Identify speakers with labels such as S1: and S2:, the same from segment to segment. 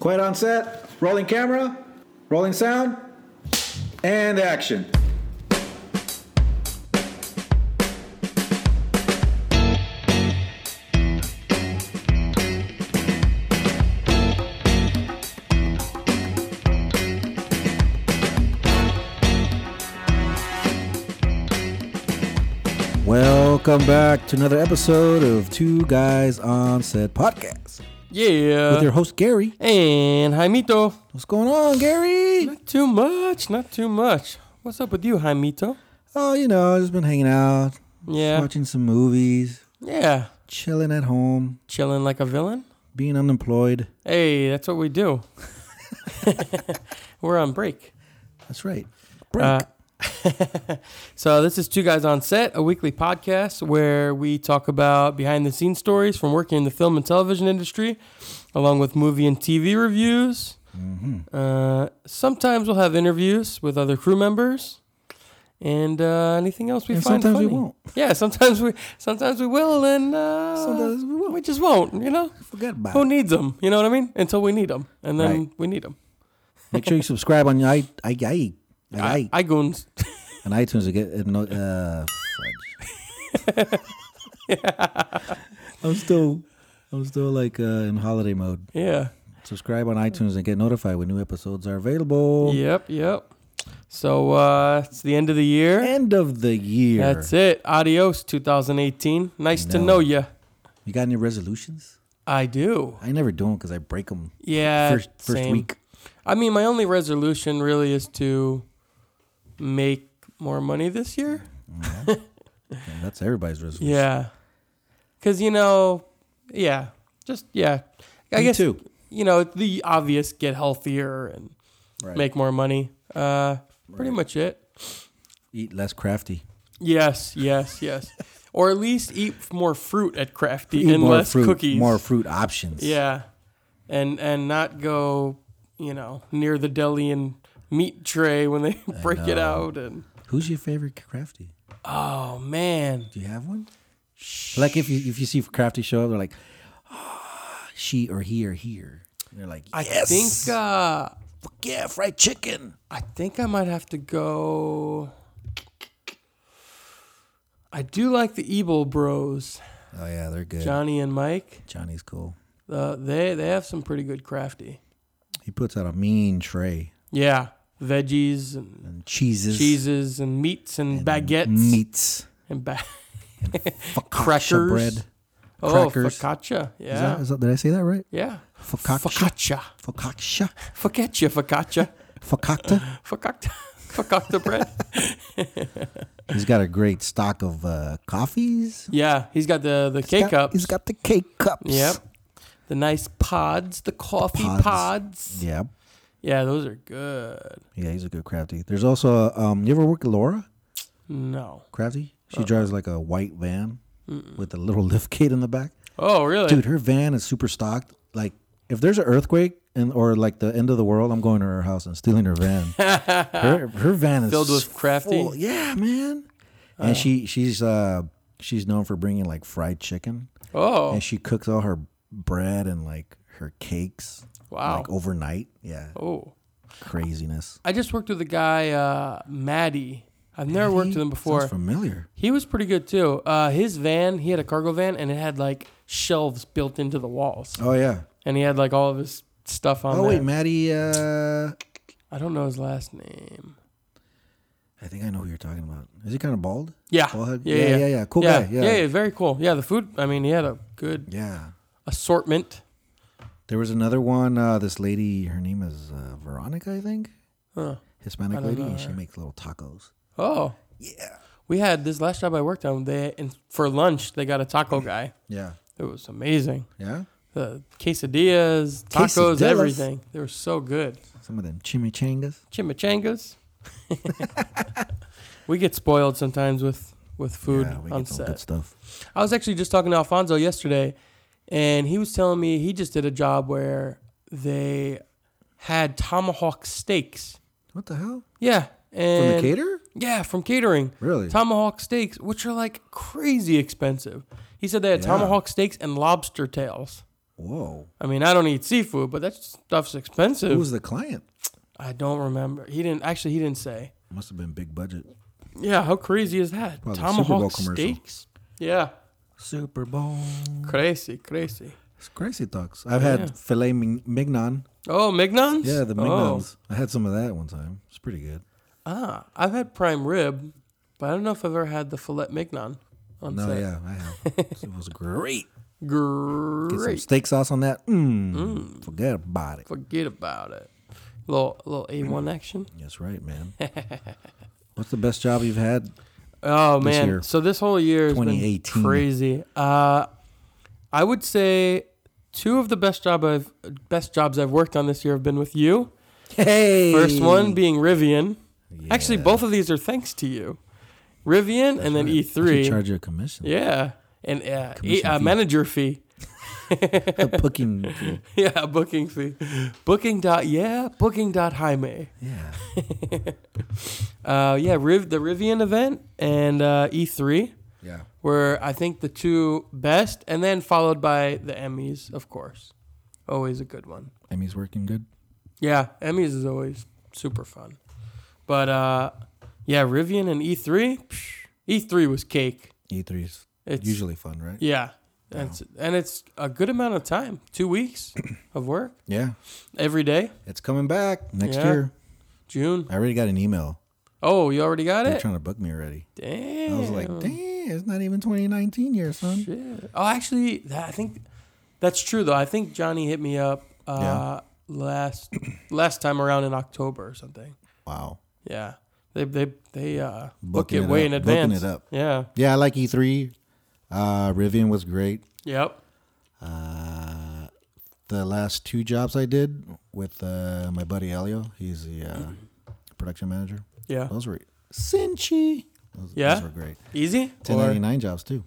S1: Quiet on set. Rolling camera. Rolling sound. And action. Welcome back to another episode of Two Guys on Set podcast with
S2: Yeah.
S1: your host Gary.
S2: and Jaimito.
S1: What's going on, Gary?
S2: Not too much. Not too much. What's up with you, Jaimito?
S1: Oh, you know, I've just been hanging out,
S2: Yeah.
S1: watching some movies,
S2: Yeah.
S1: chilling at home,
S2: Chilling like a villain?
S1: being unemployed.
S2: Hey, that's what we do. We're on break.
S1: That's right.
S2: Uh, so this is Two Guys on Set, a weekly podcast where we talk about behind the scenes stories from working in the film and television industry, along with movie and TV reviews. Uh, sometimes we'll have interviews with other crew members, and uh, anything else we
S1: and
S2: find
S1: sometimes we
S2: funny.
S1: won't.
S2: Yeah, sometimes we sometimes we will, and uh,
S1: Sometimes we won't.
S2: just won't. You know,
S1: Forget about
S2: who
S1: it.
S2: needs them? You know what I mean? Until we need them, and then
S1: Right.
S2: we need them.
S1: Make sure you subscribe on i i i i,
S2: I, goons.
S1: on iTunes to get a no- uh, fudge. I'm still I'm still like uh, in holiday mode.
S2: yeah.
S1: Subscribe on iTunes and get notified when new episodes are available.
S2: Yep, yep. So uh, it's the end of the year.
S1: End of the year.
S2: That's it. Adios, 2018. Nice to
S1: No.
S2: know you.
S1: You got any resolutions?
S2: I do.
S1: I never do them because I break them
S2: Yeah.
S1: first first
S2: same.
S1: week.
S2: I mean, my only resolution really is to make more money this year.
S1: And that's everybody's resolution.
S2: Yeah. Cause you know, yeah, just yeah. I
S1: Me
S2: guess
S1: too.
S2: you know the obvious: get healthier and
S1: Right.
S2: make more money. Uh, pretty much it.
S1: Eat less crafty.
S2: Yes, yes, yes. or at least eat f- more fruit at Crafty
S1: Eat
S2: and
S1: more
S2: less
S1: fruit,
S2: cookies.
S1: More fruit options.
S2: Yeah, and and not go, you know, near the deli and meat tray when they break it out. And
S1: Who's your favorite crafty?
S2: oh man,
S1: Do you have one? Like if you if you see crafty show up, they're like, "Ah, she or he or here. And they're like,
S2: I
S1: yes,
S2: think uh,
S1: fuck yeah, fried chicken.
S2: I think I might have to go. I do like the Evil Bros,
S1: Oh yeah, they're good.
S2: Johnny and Mike.
S1: Johnny's cool.
S2: Uh, they they have some pretty good crafty.
S1: He puts out a mean tray
S2: Yeah, veggies and
S1: and cheeses,
S2: cheeses and meats and, baguettes
S1: meats,
S2: and ba-
S1: focaccia
S2: crackers.
S1: bread.
S2: oh
S1: Crackers.
S2: focaccia. Yeah,
S1: Is that, is that, did I say that right?
S2: yeah.
S1: Focaccia,
S2: Focaccia,
S1: focaccia,
S2: focaccia, focaccia,
S1: focaccia.
S2: focaccia, focaccia bread.
S1: He's got a great stock of uh, coffees.
S2: Yeah, he's got the the
S1: He's
S2: K
S1: got-
S2: cups.
S1: He's got the cake cups.
S2: Yep. The nice pods, the coffee
S1: pods.
S2: pods.
S1: Yep.
S2: Yeah, those are good.
S1: Yeah, he's a good crafty. There's also uh, um, you ever work with Laura
S2: No.
S1: Crafty?
S2: Oh.
S1: She drives like a white van with a little lift kit in the back.
S2: Oh, really?
S1: Dude, her van is super stocked. Like if there's an earthquake and or like the end of the world, I'm going to her house and stealing her van. her her van is
S2: Filled with crafty?
S1: full- Yeah, man. And she she's uh she's known for bringing like fried chicken,
S2: oh,
S1: and she cooks all her bread and like her cakes
S2: wow.
S1: like overnight. Yeah,
S2: oh.
S1: craziness.
S2: I just worked with a guy, uh, Maddie. I've never worked with him before.
S1: Sounds familiar.
S2: he was pretty good too. Uh, his van, he had a cargo van, and it had like shelves built into the walls,
S1: Oh yeah.
S2: and he had like all of his stuff on
S1: Oh
S2: there.
S1: wait, Maddie. Uh,
S2: I don't know his last name.
S1: I think I know who you're talking about. Is he kind of bald?
S2: Yeah,
S1: Bald head?
S2: yeah,
S1: yeah,
S2: yeah,
S1: yeah, yeah. Cool
S2: yeah,
S1: guy. Yeah.
S2: yeah, yeah, very cool. Yeah, the food. I mean, he had a good
S1: Yeah.
S2: assortment.
S1: There was another one. Uh, this lady, her name is uh, Veronica, I think,
S2: Huh.
S1: Hispanic
S2: don't
S1: lady,
S2: know
S1: and she makes little tacos.
S2: Oh,
S1: Yeah.
S2: we had this last job I worked on. They and for lunch they got a
S1: Mm.
S2: taco guy.
S1: Yeah.
S2: It was amazing.
S1: Yeah.
S2: The quesadillas, tacos,
S1: Quesadillas.
S2: everything. They were so good.
S1: Some of them chimichangas.
S2: Chimichangas. we get spoiled sometimes with with food
S1: yeah, we
S2: on
S1: get some good
S2: set.
S1: stuff.
S2: I was actually just talking to Alfonso yesterday, and he was telling me he just did a job where they had tomahawk steaks.
S1: What the hell?
S2: Yeah,
S1: From
S2: and
S1: the caterer?
S2: yeah, from catering.
S1: Really?
S2: tomahawk steaks, which are like crazy expensive. He said they had
S1: Yeah.
S2: tomahawk steaks and lobster tails.
S1: Whoa.
S2: I mean, I don't eat seafood, but that stuff's expensive.
S1: Who was the client?
S2: I don't remember. He didn't actually. He didn't say.
S1: Must have been big budget.
S2: Yeah, how crazy is that?
S1: Probably Super Bowl
S2: Tomahawk
S1: commercial.
S2: steaks. Yeah,
S1: Super Bowl.
S2: crazy, crazy.
S1: It's crazy talks. I've
S2: Yeah.
S1: had filet mign- mignon.
S2: Oh, mignons.
S1: Yeah, the
S2: Oh.
S1: mignons. I had some of that one time. It's pretty good.
S2: Ah, I've had prime rib, but I don't know if I've ever had the fillet mignon. On
S1: No,
S2: set.
S1: yeah, I have. it was great. Get some
S2: Great.
S1: steak sauce on that. Mm, Forget about it.
S2: Forget about it. Little little A one action.
S1: That's right, man. What's the best job you've had?
S2: Oh
S1: This
S2: man!
S1: year.
S2: So this whole year has been
S1: 2018.
S2: crazy. Uh, I would say two of the best job I've best jobs I've worked on this year have been with you.
S1: Hey.
S2: First one being Rivian. Actually,
S1: Yeah.
S2: both of these are thanks to you, Rivian, and then
S1: Right.
S2: E
S1: I should
S2: three.
S1: Charge you a commission.
S2: Yeah, and uh, e,
S1: Commission
S2: uh,
S1: fee.
S2: manager fee.
S1: A booking fee.
S2: yeah, booking fee. Booking dot yeah. Booking dot Jaime.
S1: Yeah.
S2: Uh, yeah, Riv the Rivian event and uh, E three.
S1: Yeah.
S2: were I think the two best, and then followed by the Emmys, of course. Always a good one.
S1: Emmy's working good.
S2: Yeah, Emmys is always super fun. But uh, yeah, Rivian and E3. psh, E3 was cake.
S1: E3 is
S2: It's
S1: E usually fun, right?
S2: yeah, It's- and it's a good amount of time. Two weeks of work
S1: Yeah.
S2: every day.
S1: It's coming back next
S2: Yeah.
S1: year.
S2: June.
S1: I already got an email.
S2: Oh, you already got
S1: They're
S2: it.
S1: trying to book me already.
S2: Damn.
S1: I was like, damn, it's not even 2019 year, son.
S2: Shit. Oh, actually, that, I think that's true though. I think Johnny hit me up uh, last last time around in October or something.
S1: Wow.
S2: Yeah, they they they uh, book
S1: Booking
S2: it
S1: it
S2: way
S1: up,
S2: in
S1: booking
S2: advance.
S1: it up.
S2: Yeah.
S1: Yeah, I like E3. Uh, Rivian was great.
S2: Yep.
S1: Uh, the last two jobs I did with uh, my buddy Elio, he's the uh, production manager.
S2: Yeah.
S1: Those were cinchy. Those,
S2: Yeah?
S1: those were great.
S2: Easy. Or,
S1: 1099 jobs too.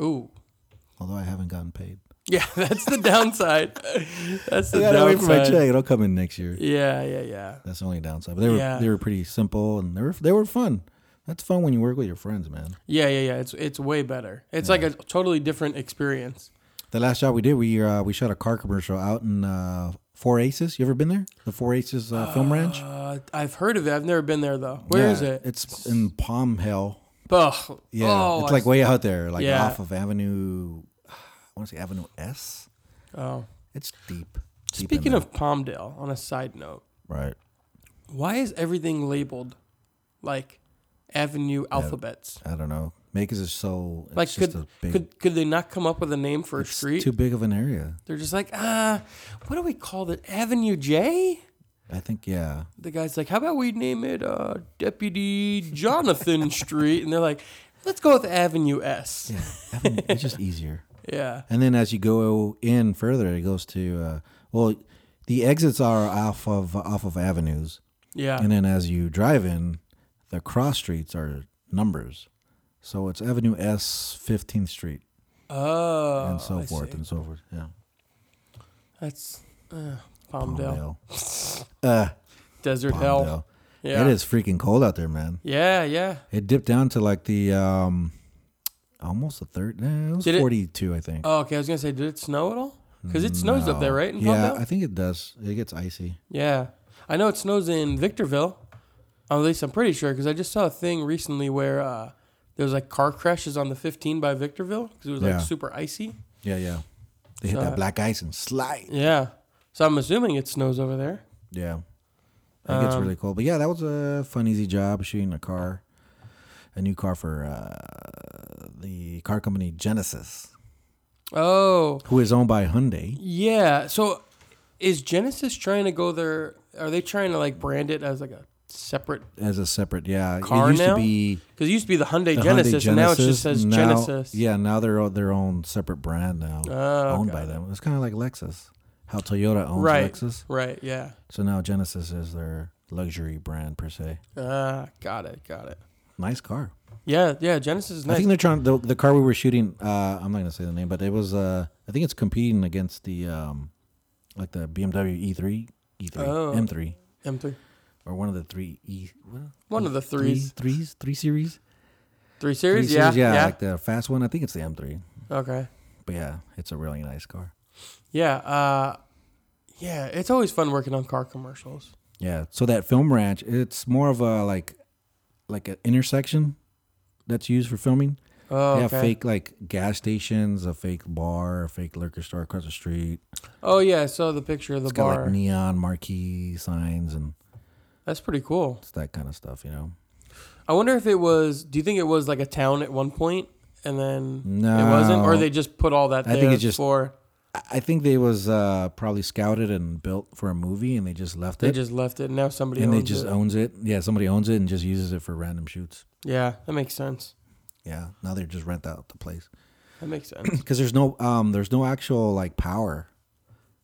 S2: ooh.
S1: Although I haven't gotten paid.
S2: Yeah, that's the downside. that's the
S1: I gotta wait for my
S2: downside.
S1: check. It'll come in next year.
S2: Yeah, yeah, yeah.
S1: That's the only downside. But they were
S2: Yeah.
S1: they were pretty simple and they were they were fun. That's fun when you work with your friends, man.
S2: Yeah, yeah, yeah. It's it's way better. It's like a totally different experience.
S1: The last job we did, we uh, we shot a car commercial out in uh, Four Aces. You ever been there? The Four Aces uh, Film Ranch.
S2: Uh, I've heard of it. I've never been there though. Where
S1: Yeah,
S2: is it?
S1: It's in Palm Hill.
S2: oh,
S1: Yeah,
S2: oh,
S1: it's
S2: I
S1: like
S2: s-
S1: way out there, like
S2: Yeah.
S1: off of Avenue. I want to say Avenue S.
S2: oh.
S1: It's deep. deep in
S2: Speaking
S1: there.
S2: of Palmdale, on a side note,
S1: right,
S2: why is everything labeled like Avenue alphabets?
S1: I don't know. Makers is so it's
S2: like,
S1: just
S2: could
S1: a big,
S2: could could they not come up with a name for a
S1: it's
S2: street?
S1: too big of an area.
S2: They're just like, ah, what do we call it? Avenue J?
S1: I think yeah,
S2: The guy's like, how about we name it uh, Deputy Jonathan Street? And they're like, let's go with Avenue S.
S1: yeah. Avenue, it's just easier.
S2: Yeah.
S1: And then as you go in further, it goes to uh, well, the exits are off of off of avenues,
S2: Yeah.
S1: and then as you drive in, the cross streets are numbers. So it's Avenue S, Fifteenth Street,
S2: oh.
S1: and so
S2: I
S1: forth
S2: see.
S1: and so forth. Yeah,
S2: That's uh, Palmdale.
S1: Uh,
S2: Desert Hell.
S1: Palmdale.
S2: Yeah.
S1: It is freaking cold out there, man.
S2: Yeah, yeah.
S1: It dipped down to like the um, almost a third. eh, it was
S2: Did it-
S1: forty-two, I think.
S2: Oh, okay. I was gonna say, did it snow at all? Because it snows up there,
S1: No.
S2: right? In
S1: yeah,
S2: Palmdale?
S1: I think it does. It gets icy.
S2: yeah. I know it snows in Victorville. At least I'm pretty sure because I just saw a thing recently where uh, there was like car crashes on the 15 by Victorville because it was
S1: Yeah.
S2: like super icy.
S1: Yeah, yeah. They hit
S2: So-
S1: that black ice and slide.
S2: Yeah. So I'm assuming it snows over there.
S1: Yeah. That gets
S2: Um,
S1: really cool. But yeah, that was a fun, easy job shooting a car, a new car for uh, the car company Genesis,
S2: Oh,
S1: who is owned by Hyundai.
S2: yeah. So is Genesis trying to go there? Are they trying to like brand it as like a separate?
S1: As a separate, yeah,
S2: Car
S1: it used
S2: now?
S1: to be
S2: Because it used to be the Hyundai
S1: the
S2: Genesis,
S1: Hyundai
S2: and now it just
S1: Genesis.
S2: says
S1: Now-
S2: Genesis.
S1: Yeah, now they're o- their own separate brand now,
S2: Oh,
S1: owned
S2: got
S1: by
S2: it.
S1: them. It's kind of like Lexus, how Toyota owns
S2: Right.
S1: Lexus.
S2: Right. Yeah.
S1: So now Genesis is their luxury brand per se.
S2: Ah, got it. Got it.
S1: Nice car.
S2: Yeah, yeah. Genesis is
S1: I
S2: nice.
S1: think they're trying the, the car we were shooting. Uh, I'm not gonna say the name, but it was. Uh, I think it's competing against the um, like the BMW E3, E3,
S2: Oh.
S1: M3,
S2: M3.
S1: or one of the three E. What?
S2: One of the
S1: Three,
S2: threes.
S1: threes, three series. Three
S2: Three series? yeah. Yeah.
S1: like the fast one. I think it's the M3.
S2: okay.
S1: But yeah, it's a really nice car.
S2: Yeah, uh, yeah, it's always fun working on car commercials.
S1: Yeah. So that film ranch, it's more of a like, like an intersection that's used for filming.
S2: Oh,
S1: They have
S2: okay.
S1: fake like gas stations, a fake bar, a fake liquor store across the street.
S2: Oh yeah, I saw the picture of the
S1: It's got
S2: bar.
S1: like neon marquee signs and
S2: That's pretty cool.
S1: it's that kind of stuff, you know.
S2: I wonder if it was. Do you think it was like a town at one point, and then it
S1: No.
S2: wasn't, or they just put all that
S1: I
S2: there
S1: think it's just-
S2: for
S1: I- I think they was uh, probably scouted and built for a movie, and they just left
S2: they
S1: it.
S2: just left it. And now somebody
S1: and they
S2: owns
S1: just
S2: it.
S1: owns it. Yeah, somebody owns it and just uses it for random shoots.
S2: Yeah, that makes sense.
S1: Yeah, now they just rent out the place
S2: That makes sense.
S1: because there's no um there's no actual like power,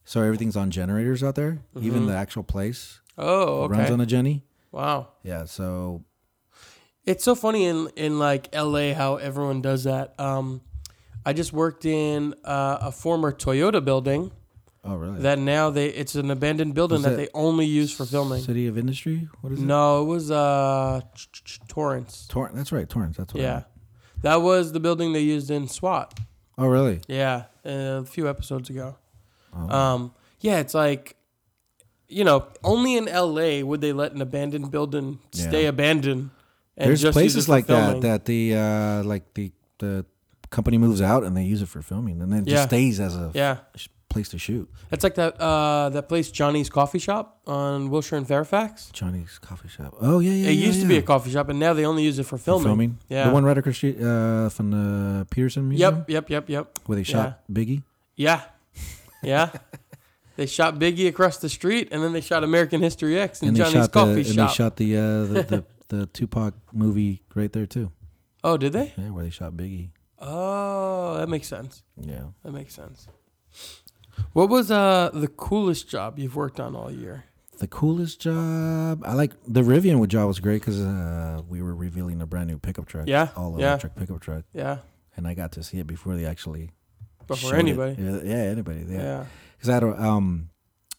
S1: so everything's on generators out there. Even the actual place
S2: Oh,
S1: runs
S2: Mm-hmm. okay.
S1: on a Jenny.
S2: wow.
S1: Yeah, so
S2: It's so funny in in like LA how everyone does that. Um, I just worked in uh, a former Toyota building
S1: oh really?
S2: that now they it's an abandoned building
S1: Was
S2: that,
S1: that
S2: they only use for filming.
S1: City of Industry. What is it?
S2: No, it was uh Ch- Ch- Ch- Torrance.
S1: Torrance. That's right, Torrance. That's what. I
S2: Yeah,
S1: meant.
S2: that was the building they used in SWAT.
S1: Oh really?
S2: Yeah, a few episodes ago.
S1: Oh.
S2: Um, yeah, it's like, you know, only in LA would they let an abandoned building stay
S1: Yeah.
S2: abandoned. And
S1: There's
S2: just use it
S1: places
S2: for
S1: like
S2: filming.
S1: that that the uh like the the company moves out and they use it for filming, and then it
S2: Yeah.
S1: just stays as a
S2: Yeah,
S1: sh- place to shoot.
S2: it's like that uh, that place Johnny's Coffee Shop on Wilshire and Fairfax.
S1: Chinese coffee shop. Oh yeah, yeah.
S2: it
S1: yeah,
S2: used to be
S1: yeah.
S2: a coffee shop, and now they only use it for
S1: For
S2: filming. Yeah.
S1: The one right across the street uh, from the Peterson Museum.
S2: Yep, yep, yep, yep.
S1: Where they shot Biggie.
S2: Yeah, yeah. they shot Biggie across the street, and then they shot American History X in
S1: they
S2: Johnny's
S1: shot
S2: Coffee
S1: the and
S2: Shop.
S1: they shot the uh, the, the the Tupac movie right there too.
S2: oh, did they?
S1: Yeah, where they shot Biggie.
S2: Oh, that makes sense.
S1: Yeah.
S2: That makes sense. What was uh the coolest job you've worked on all year?
S1: The coolest job. I like the Rivian with job was great because uh, we were revealing a brand new pickup truck.
S2: Yeah,
S1: All
S2: yeah.
S1: electric pickup truck,
S2: Yeah,
S1: and I got to see it before they actually.
S2: before
S1: showed it.
S2: anybody.
S1: Yeah, yeah, anybody.
S2: Yeah.
S1: Yeah. Because I had a, um,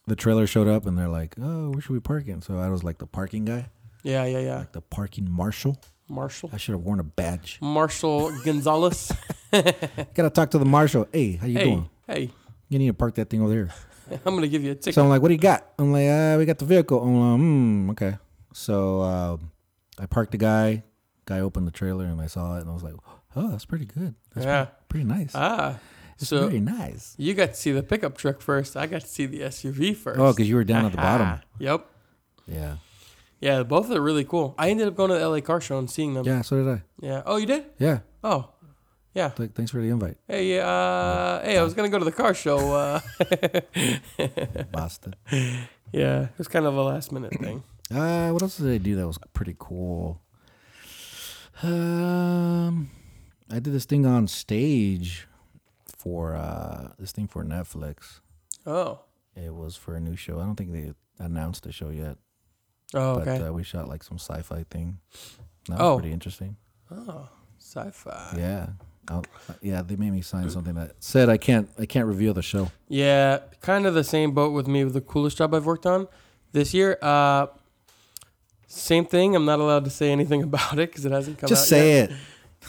S1: the trailer showed up and they're like, "Oh, where should we park it?" So I was like the parking guy,
S2: yeah, yeah, yeah.
S1: like the parking marshal.
S2: Marshall,
S1: I should have worn a badge.
S2: Marshall Gonzalez.
S1: Gotta talk to the marshal. Hey, how you
S2: hey,
S1: doing?
S2: hey,
S1: You need to park that thing over there.
S2: I'm gonna give you a ticket.
S1: So I'm like, "What do you got?" I'm like, uh, "We got the vehicle." I'm like, "Hmm, okay." So uh, I parked the guy. Guy opened the trailer and I saw it and I was like, "Oh, that's pretty good. That's
S2: Yeah.
S1: pretty, pretty nice.
S2: ah,
S1: it's
S2: so
S1: very nice."
S2: you got to see the pickup truck first. I got to see the SUV first. Ah,
S1: Oh, because you were down at the bottom.
S2: Yep.
S1: Yeah.
S2: Yeah, both are really cool. I ended up going to the LA car show and seeing them. Yeah.
S1: Yeah. So did I.
S2: Oh, you did?
S1: Yeah.
S2: Oh, yeah.
S1: Th- thanks for the invite,
S2: Hey, uh, hey, I was gonna go to the car show. Uh,
S1: Boston.
S2: yeah, it was kind of a last minute thing.
S1: Uh, what else did I do that was pretty cool? Um, I did this thing on stage for uh this thing for Netflix.
S2: Oh.
S1: It was for a new show. I don't think they announced the show yet,
S2: Oh, okay.
S1: but uh, we shot like some sci-fi thing. That was
S2: Oh. Uh,
S1: pretty interesting.
S2: oh, sci-fi.
S1: Yeah, I'll, uh, yeah. They made me sign something that said I can't I can't reveal the show.
S2: Yeah, kind of the same boat with me with the coolest job I've worked on this year. Uh, same thing. I'm not allowed to say anything about it because it hasn't come
S1: Just
S2: out
S1: say it.
S2: it.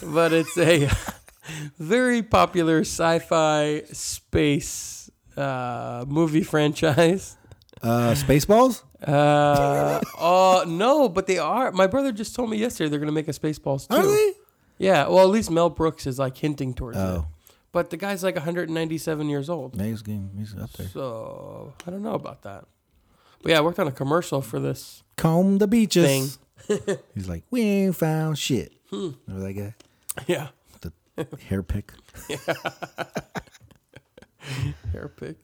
S2: But it's a very popular sci-fi space uh, movie franchise.
S1: Uh, Spaceballs.
S2: Uh, oh no, but they are. My brother just told me yesterday they're gonna make a Spaceballs too.
S1: Are they?
S2: Yeah. Well, at least Mel Brooks is like hinting towards it.
S1: Oh,
S2: But the guy's like 197 years old.
S1: next game. He's up there.
S2: So I don't know about that. But yeah, I worked on a commercial for this.
S1: comb the beaches. He's like, we ain't found shit. Remember that guy?
S2: Yeah.
S1: The hair pick.
S2: Hair pick.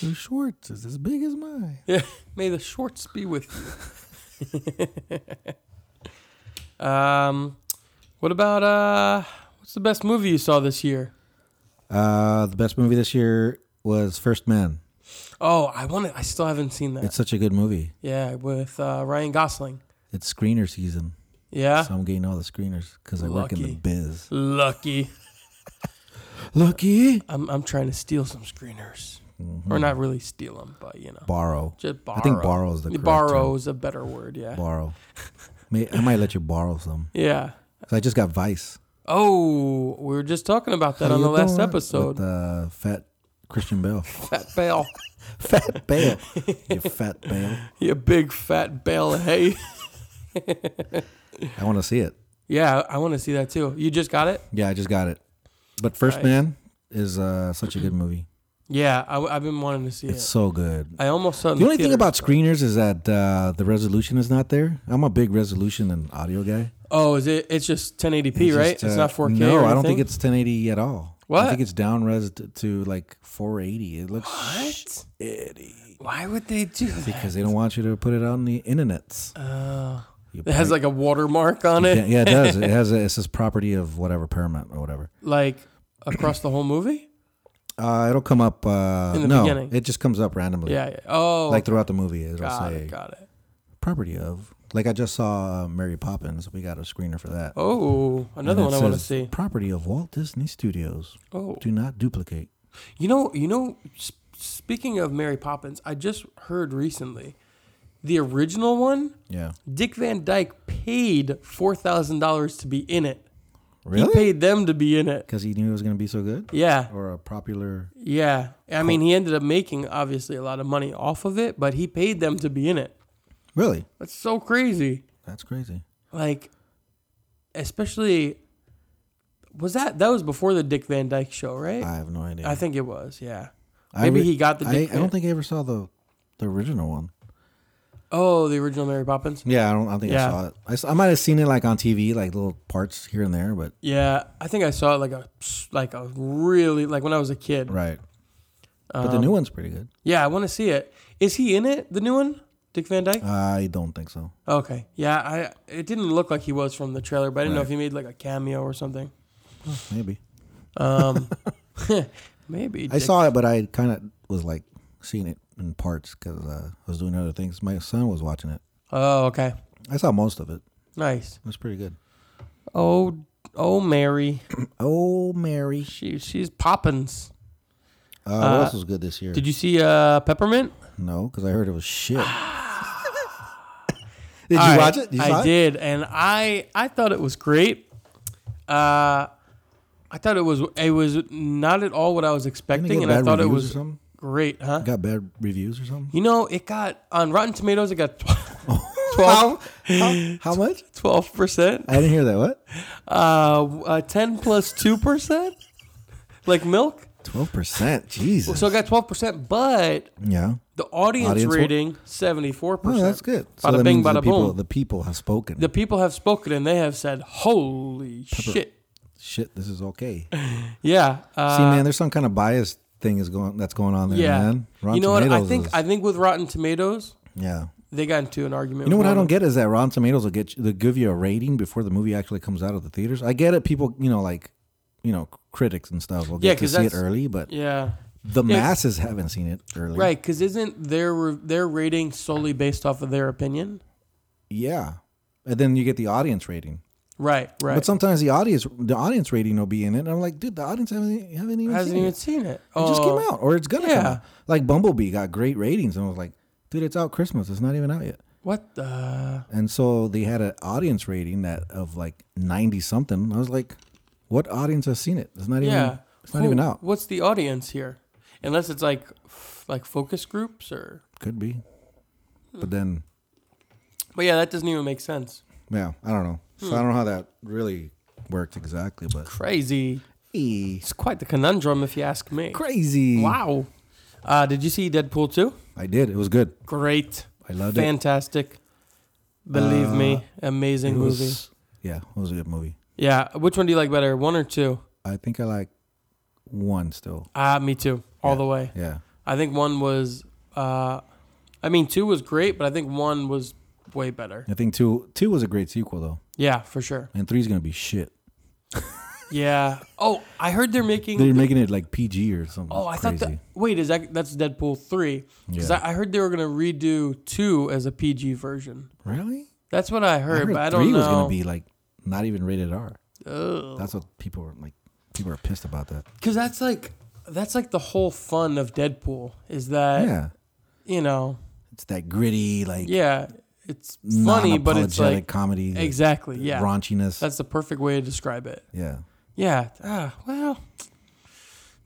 S1: Your shorts is as big as mine.
S2: Yeah. May the shorts be with you. um, what about uh, what's the best movie you saw this year?
S1: Uh, the best movie this year was First Man.
S2: Oh, I want to. I still haven't seen that.
S1: It's such a good movie.
S2: yeah, with uh, Ryan Gosling.
S1: It's screener season,
S2: Yeah.
S1: so I'm getting all the screeners because I work in the
S2: Lucky.
S1: biz.
S2: Lucky.
S1: Lucky.
S2: I'm I'm trying to steal some screeners, or not really steal them, but you know,
S1: Mm-hmm. Borrow.
S2: just borrow.
S1: I think borrow is the correct
S2: borrow
S1: term.
S2: is a better word. Yeah.
S1: Borrow. May, I might let you borrow some.
S2: Yeah.
S1: 'Cause I just got Vice.
S2: Oh, we were just talking about that
S1: How
S2: on
S1: you
S2: the last
S1: doing?
S2: episode.
S1: With uh, Fat Christian Bale.
S2: Fat bale.
S1: fat Bale. you fat Bale.
S2: You big fat bale of hay.
S1: I want to see it.
S2: yeah, I want to see that too. You just got it?
S1: Yeah, I just got it. But First
S2: Nice.
S1: Man is uh, such a good movie.
S2: Yeah, I, have been wanting to see
S1: It's
S2: it.
S1: so good.
S2: I almost saw it in
S1: The only thing
S2: theater.
S1: about screeners is that uh, the resolution is not there. I'm a big resolution and audio guy.
S2: Oh, is it? It's just 1080p,
S1: It's
S2: right?
S1: just,
S2: it's
S1: uh,
S2: not 4K.
S1: No,
S2: or
S1: I don't think
S2: anything?
S1: it's 1080 at all.
S2: What?
S1: I think it's down res to, to like 480. It looks
S2: What? Why would they do that?
S1: because they don't want you to put it on the internets.
S2: Oh.
S1: You
S2: it has
S1: prick.
S2: like a watermark on it,
S1: yeah, yeah, it does. It has a, it says property of whatever Paramount or whatever.
S2: like across the whole movie.
S1: Uh, it'll come up. Uh,
S2: In the
S1: no,
S2: beginning.
S1: it just comes up randomly.
S2: Yeah. yeah. Oh,
S1: like throughout the movie, it'll
S2: got
S1: say
S2: it, got it.
S1: property of. Like I just saw uh, Mary Poppins. We got a screener for that.
S2: Oh, another
S1: And
S2: one
S1: it
S2: I want to
S1: says,
S2: see.
S1: Property of Walt Disney Studios.
S2: Oh,
S1: Do not duplicate.
S2: you know, you know. s- Speaking of Mary Poppins, I just heard recently the original one.
S1: Yeah.
S2: Dick Van Dyke paid four thousand dollars to be in it. He
S1: Really?
S2: paid them to be in it.
S1: Because he knew it was going to be so good?
S2: Yeah.
S1: Or a popular.
S2: Yeah. I mean, he ended up making obviously a lot of money off of it, but he paid them to be in it.
S1: Really?
S2: That's so crazy.
S1: That's crazy.
S2: Like, especially, was that, that was before the Dick Van Dyke show, right?
S1: I have no idea.
S2: I think it was, yeah.
S1: I
S2: Maybe
S1: re-
S2: he got the
S1: I,
S2: Dick
S1: I don't
S2: Van-
S1: think I ever saw the the original one.
S2: Oh, the original Mary Poppins?
S1: Yeah, I don't. I don't think
S2: Yeah.
S1: I saw it. I, s- I might have seen it like on TV, like little parts here and there, but
S2: Yeah. I think I saw it like a, like a really, like when I was a kid.
S1: right. But
S2: Um,
S1: the new one's pretty good.
S2: Yeah, I want to see it. Is he in it, the new one? Dick Van Dyke?
S1: I don't think so.
S2: okay. Yeah, I it didn't look like he was from the trailer, but I didn't know
S1: Right.
S2: if he made like a cameo or something.
S1: Maybe
S2: Um, maybe
S1: I saw it, but I kind of was like seeing it in parts because uh, I was doing other things. My son was watching it.
S2: Oh, okay,
S1: I saw most of it.
S2: nice.
S1: It was pretty good.
S2: Oh, oh, Mary,
S1: Oh Mary!
S2: she she's poppins.
S1: Uh, what
S2: Uh,
S1: else was good this year?
S2: Did you see uh peppermint?
S1: no, because I heard it was shit. did you
S2: All right,
S1: watch it? Did you
S2: I
S1: saw it?
S2: did, and I I thought it was great. Uh, I thought it was it was not at all what I was
S1: Didn't
S2: expecting,
S1: get
S2: and I
S1: bad
S2: thought it
S1: reviews or
S2: was
S1: something?
S2: great, huh?
S1: got bad reviews or something.
S2: You know, it got on Rotten Tomatoes, it got
S1: How,
S2: twelve
S1: how, how much?
S2: twelve percent,
S1: I didn't hear that. What?
S2: uh, uh, ten plus two percent, like milk.
S1: Twelve percent. Jesus.
S2: So it got twelve percent, but
S1: yeah.
S2: the audience,
S1: Audience wa-
S2: rating seventy four
S1: Oh, that's
S2: percent.
S1: good.
S2: Bada
S1: that
S2: bing,
S1: means
S2: bada
S1: the people,
S2: boom.
S1: the people have spoken.
S2: The people have spoken and they have said, "Holy shit!"
S1: Shit, this is okay.
S2: Yeah, uh,
S1: See, man, there's some kind of bias thing is going that's going on there,
S2: yeah.
S1: man. Rotten
S2: you know what? I
S1: Tomatoes
S2: think
S1: is-
S2: I think with Rotten Tomatoes,
S1: yeah.
S2: they got into an argument.
S1: You know what
S2: with
S1: I
S2: one
S1: don't
S2: of-
S1: get is that Rotten Tomatoes will get you, they'll give you a rating before the movie actually comes out of the theaters. I get it, people, you know, like, you know, critics and stuff will
S2: Yeah,
S1: get to
S2: 'cause
S1: see it
S2: that's-
S1: early, but
S2: Yeah,
S1: the masses haven't seen it early.
S2: right. Because isn't their re- their rating solely based off of their opinion?
S1: Yeah, and then you get the audience rating.
S2: Right, right.
S1: But sometimes the audience the audience rating will be in it. And I'm like, dude, the audience haven't, e, haven't even
S2: hasn't
S1: seen
S2: even
S1: it.
S2: seen it.
S1: It just
S2: Oh.
S1: came out, or it's gonna come
S2: yeah.
S1: out. Like Bumblebee got great ratings, and I was like, dude, it's out Christmas. It's not even out yet.
S2: What the?
S1: And so they had an audience rating that of like ninety something. I was like, what audience has seen it? It's not even.
S2: Yeah,
S1: It's not
S2: Who-
S1: even out.
S2: What's the audience here? Unless it's like f- like focus groups or.
S1: Could be,
S2: Hmm.
S1: but then
S2: But yeah, that doesn't even make sense.
S1: yeah, I don't know. So
S2: Hmm.
S1: I don't know how that really worked exactly, but
S2: Crazy.
S1: Eh,
S2: It's quite the conundrum, if you ask me.
S1: crazy.
S2: Wow. Uh, did you see Deadpool 2?
S1: I did. It was good.
S2: Great.
S1: I loved it.
S2: Fantastic. Believe me. Amazing
S1: Uh, It was-
S2: movie.
S1: Yeah, it was a good movie.
S2: Yeah. Which one do you like better? One or two?
S1: I think I like one still.
S2: Ah, me too. All the way.
S1: Yeah.
S2: I think one was, uh, I mean, two was great, but I think one was way better.
S1: I think two two was a great sequel though,
S2: Yeah, for sure.
S1: and three's gonna be shit.
S2: Yeah. Oh, I heard they're making.
S1: They're making it like PG or something.
S2: oh, I
S1: crazy.
S2: thought that. Wait, is that that's Deadpool three? Because
S1: Yeah.
S2: I, I heard they were gonna redo two as a PG version.
S1: really.
S2: That's what I heard, but I don't
S1: three
S2: know. Oh.
S1: was gonna be like not even rated R.
S2: Ugh.
S1: That's what people were like. People are pissed about that.
S2: Because that's like that's like the whole fun of Deadpool is that
S1: yeah,
S2: you know
S1: it's that gritty like
S2: yeah it's funny but it's
S1: non-apologetic
S2: like
S1: comedy. the
S2: exactly yeah
S1: raunchiness.
S2: that's the perfect way to describe it
S1: yeah,
S2: yeah ah, well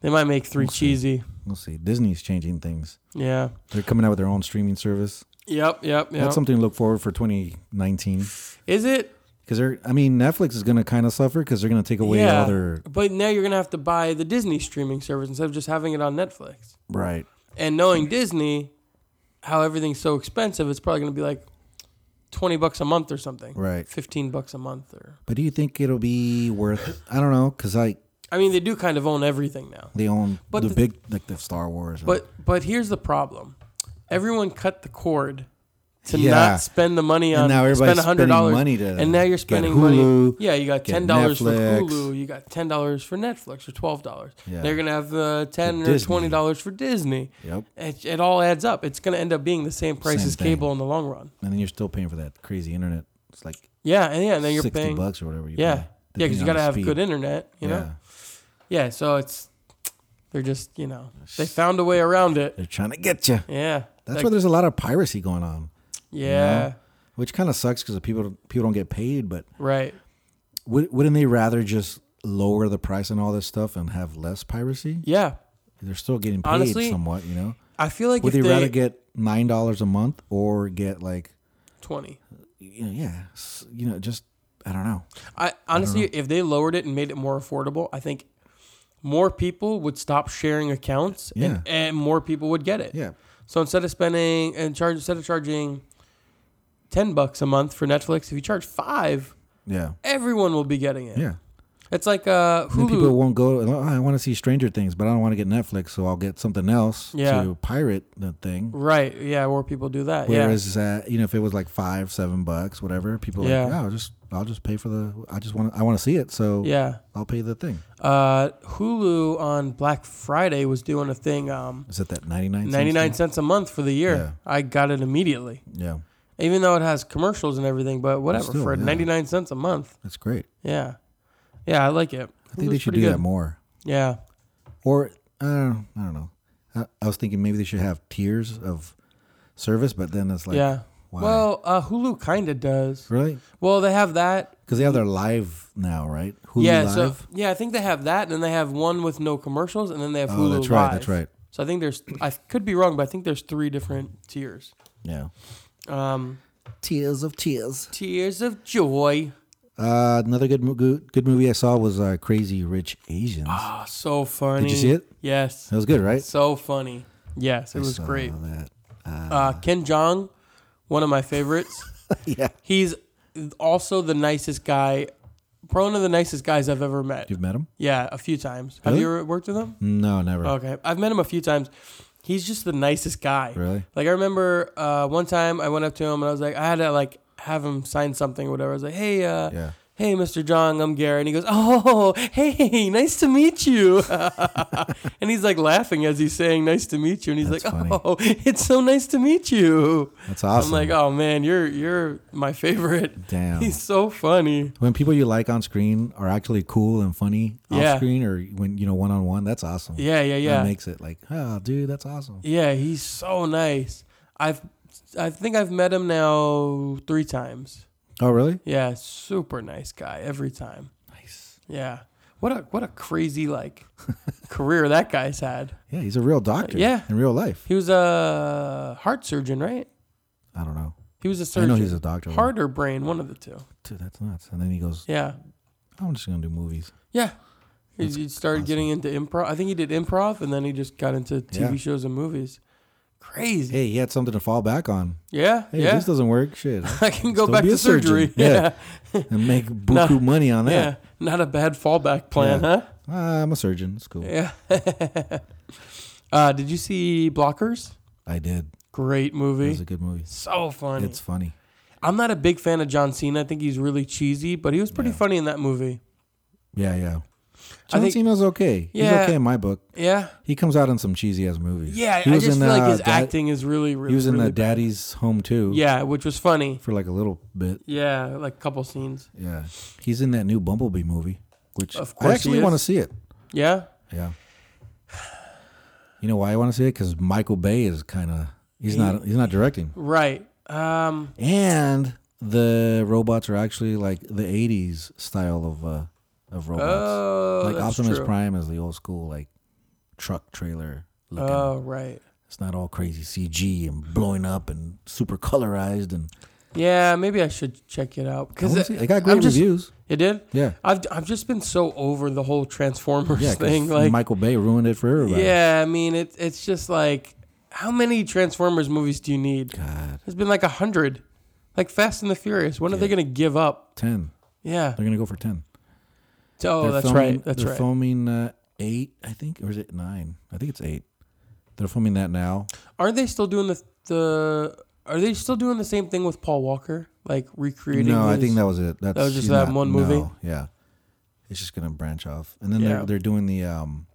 S2: They might make three
S1: We'll see.
S2: cheesy.
S1: We'll see. Disney's changing things.
S2: Yeah.
S1: They're coming out with their own streaming service.
S2: Yep. Yep. Yep.
S1: That's something to look forward for 2019.
S2: Is it?
S1: Because they're, I mean, Netflix is going to kind of suffer because they're going to take away
S2: Yeah.
S1: all their
S2: But now you're gonna have to buy the Disney streaming service instead of just having it on Netflix.
S1: right.
S2: And knowing Disney, how everything's so expensive, it's probably gonna be like twenty bucks a month or something.
S1: Right.
S2: Fifteen bucks a month or.
S1: But do you think it'll be worth? I don't know because like
S2: I mean, they do kind of own everything now.
S1: they own
S2: But
S1: the,
S2: the-
S1: big like the Star Wars. and-
S2: But but here's the problem. Everyone cut the cord to
S1: Yeah.
S2: not spend the money on
S1: and now
S2: spend
S1: everybody's
S2: hundred
S1: spending
S2: dollars.
S1: money to
S2: and now you're
S1: get
S2: spending money.
S1: Hulu.
S2: Yeah, you got
S1: get
S2: ten dollars for
S1: Netflix.
S2: Hulu. You got ten dollars for Netflix or twelve dollars.
S1: Yeah.
S2: They're gonna have uh,
S1: For
S2: ten or
S1: Disney.
S2: twenty dollars for Disney.
S1: Yep.
S2: It, it all adds up. It's gonna end up being the same price
S1: Same
S2: as
S1: thing.
S2: cable in the long run.
S1: And then you're still paying for that crazy internet. It's like
S2: Yeah, and yeah, and then you're
S1: sixty
S2: paying.
S1: bucks or whatever. You
S2: yeah,
S1: pay,
S2: yeah,
S1: depending
S2: because you
S1: on
S2: gotta
S1: the
S2: have
S1: speed.
S2: good internet. You know.
S1: Yeah.
S2: Yeah, so it's they're just you know they found a way around it.
S1: They're trying to get you.
S2: Yeah,
S1: That's
S2: Like,
S1: why there's a lot of piracy going on,
S2: yeah,
S1: which kind of sucks because people people don't get paid. But
S2: right.
S1: would, wouldn't they rather just lower the price on all this stuff and have less piracy?
S2: Yeah,
S1: They're still getting paid
S2: Honestly,
S1: somewhat, you know.
S2: I feel like
S1: Would they
S2: if they,
S1: rather get nine dollars a month or get like
S2: twenty.
S1: you know, yeah, s- you know, just I don't know.
S2: I honestly, if they lowered it and made it more affordable, I think more people would stop sharing accounts
S1: Yeah.
S2: and, and more people would get it.
S1: Yeah,
S2: So instead of spending and charge instead of charging ten bucks a month for Netflix, if you charge five,
S1: yeah,
S2: everyone will be getting it.
S1: yeah.
S2: It's like uh,
S1: Then people
S2: Hulu.
S1: won't go. "Oh, I want to see Stranger Things, but I don't want to get Netflix, so I'll get something else
S2: Yeah.
S1: to pirate the thing.
S2: Right? Yeah, more people do that.
S1: Whereas, uh, you know, if it was like five, seven bucks, whatever, people are like,
S2: Yeah.
S1: yeah, I'll just, I'll just pay for the. I just want, to I want to see it, so
S2: yeah, yeah.
S1: I'll pay the thing.
S2: Uh, Hulu on Black Friday was doing a thing. Um,
S1: Is it that ninety nine?
S2: ninety nine cents a month for the year.
S1: Yeah.
S2: I got it immediately.
S1: Yeah,
S2: even though it has commercials and everything. But whatever,
S1: still,
S2: for
S1: yeah.
S2: 99 cents a month.
S1: that's great.
S2: Yeah. Yeah, I like it.
S1: I think they should do that more.
S2: Yeah.
S1: Or uh, I don't, know, I don't know. I, I was thinking maybe they should have tiers of service, but then it's like,
S2: yeah.
S1: why?
S2: Well, uh, Hulu kind of does.
S1: really.
S2: Well, they have that.
S1: Because they have their live now, right? Hulu
S2: yeah.
S1: Live.
S2: So, yeah, I think they have that. And then they have one with no commercials. And then they have
S1: oh,
S2: Hulu
S1: that's right.
S2: Live.
S1: That's right.
S2: So I think there's, I could be wrong, but I think there's three different tiers.
S1: Yeah.
S2: Um,
S1: Tears of tears.
S2: tiers of joy.
S1: Uh, another good mo- good good movie I saw was uh, Crazy Rich Asians.
S2: Ah, so funny.
S1: Did you see it?
S2: Yes.
S1: That was good, right?
S2: So funny. Yes, it
S1: I
S2: was
S1: saw
S2: great.
S1: That.
S2: Uh, Ken Jong, one of my favorites.
S1: yeah.
S2: He's also the nicest guy, probably one of the nicest guys I've ever met.
S1: You've met him?
S2: Yeah, a few times. Have
S1: Really?
S2: you ever worked with him?
S1: No, never.
S2: Okay, I've met him a few times. He's just the nicest guy.
S1: Really?
S2: Like I remember uh, one time I went up to him and I was like, I had to like have him sign something or whatever. I was like, Hey, uh,
S1: Yeah.
S2: hey, Mr. Jong, I'm Gary, and he goes, Oh, hey, nice to meet you. and he's like laughing as he's saying, Nice to meet you, and he's
S1: That's
S2: like,
S1: funny.
S2: Oh, it's so nice to meet you.
S1: That's awesome.
S2: I'm like, oh man, you're you're my favorite.
S1: Damn.
S2: He's so funny.
S1: when people you like on screen are actually cool and funny
S2: Yeah.
S1: off screen or when you know one on one, that's awesome.
S2: Yeah, yeah, yeah.
S1: That makes it like, oh, dude, that's awesome.
S2: yeah, he's so nice. I've I think I've met him now three times.
S1: Oh, really?
S2: Yeah, super nice guy every time.
S1: Nice.
S2: Yeah. What a what a crazy like career that guy's had.
S1: Yeah, he's a real doctor.
S2: Yeah.
S1: In real life.
S2: He was a heart surgeon, right?
S1: I don't know.
S2: He was a
S1: I
S2: surgeon.
S1: know he's a doctor.
S2: heart or brain, one of the two.
S1: Dude, that's nuts. And then he goes,
S2: Yeah.
S1: I'm just gonna do movies.
S2: Yeah. He,
S1: That's
S2: he started getting into improv. I think he did improv and then he just got into TV
S1: Yeah.
S2: shows and movies. Crazy.
S1: Hey, he had something to fall back on.
S2: Yeah.
S1: Hey,
S2: yeah.
S1: this doesn't work. Shit,
S2: I can go
S1: still
S2: back
S1: be
S2: to
S1: a surgeon.
S2: surgery. Yeah.
S1: Yeah. and make buku money on
S2: Yeah.
S1: that.
S2: Not a bad fallback plan,
S1: Yeah.
S2: huh?
S1: Ah, I'm a surgeon. It's cool.
S2: Yeah. uh, did you see Blockers?
S1: I did.
S2: Great
S1: It
S2: movie.
S1: was a good movie.
S2: so funny.
S1: It's funny.
S2: I'm not a big fan of John Cena. I think he's really cheesy, but he was pretty
S1: Yeah.
S2: funny in that movie.
S1: Yeah, yeah.
S2: I
S1: John
S2: think-
S1: Cena's okay.
S2: Yeah.
S1: He's okay in my book.
S2: Yeah.
S1: He comes out in some cheesy ass movies.
S2: Yeah.
S1: he
S2: I just feel like
S1: uh,
S2: his
S1: Dad-
S2: acting is really, really.
S1: He was in
S2: really
S1: the Daddy's Home too.
S2: Yeah, which was funny.
S1: for like a little bit.
S2: Yeah, like a couple scenes.
S1: Yeah, he's in that new Bumblebee movie, which
S2: Of course
S1: I
S2: he
S1: actually
S2: is.
S1: want to see it.
S2: Yeah.
S1: Yeah. You know why I want to see it? Because Michael Bay is kind of he's not he's not directing,
S2: Right. Um.
S1: and the robots are actually like the '80s style of uh, of robots.
S2: Oh,
S1: like
S2: that's
S1: Optimus
S2: true.
S1: Prime is the old school, like truck trailer looking.
S2: Oh, right.
S1: It's not all crazy CG and blowing up and super colorized and
S2: Yeah, maybe I should check it out
S1: I
S2: because
S1: wanna
S2: it,
S1: see- it got great
S2: I'm just-
S1: reviews.
S2: it did.
S1: Yeah,
S2: I've I've just been so over the whole Transformers
S1: yeah. 'cause
S2: thing. Like,
S1: Michael Bay ruined it for everybody.
S2: yeah, I mean, it, it's just like, how many Transformers movies do you need?
S1: God,
S2: There's been like a hundred, like Fast and the Furious. When are they gonna give up?
S1: ten.
S2: Yeah.
S1: They're gonna go for ten.
S2: Oh,
S1: They're
S2: that's
S1: filming-
S2: right. That's
S1: they're
S2: right.
S1: filming uh, eight, I think, or is it nine? I think it's eight. They're filming that now.
S2: Are they still doing the the? Are they still doing the same thing with Paul Walker? Like recreating?
S1: no, I
S2: his-
S1: think that was it. That's,
S2: was just
S1: she's
S2: that one movie?
S1: no, yeah, it's just gonna branch off, and then
S2: Yeah.
S1: they're they're doing the um,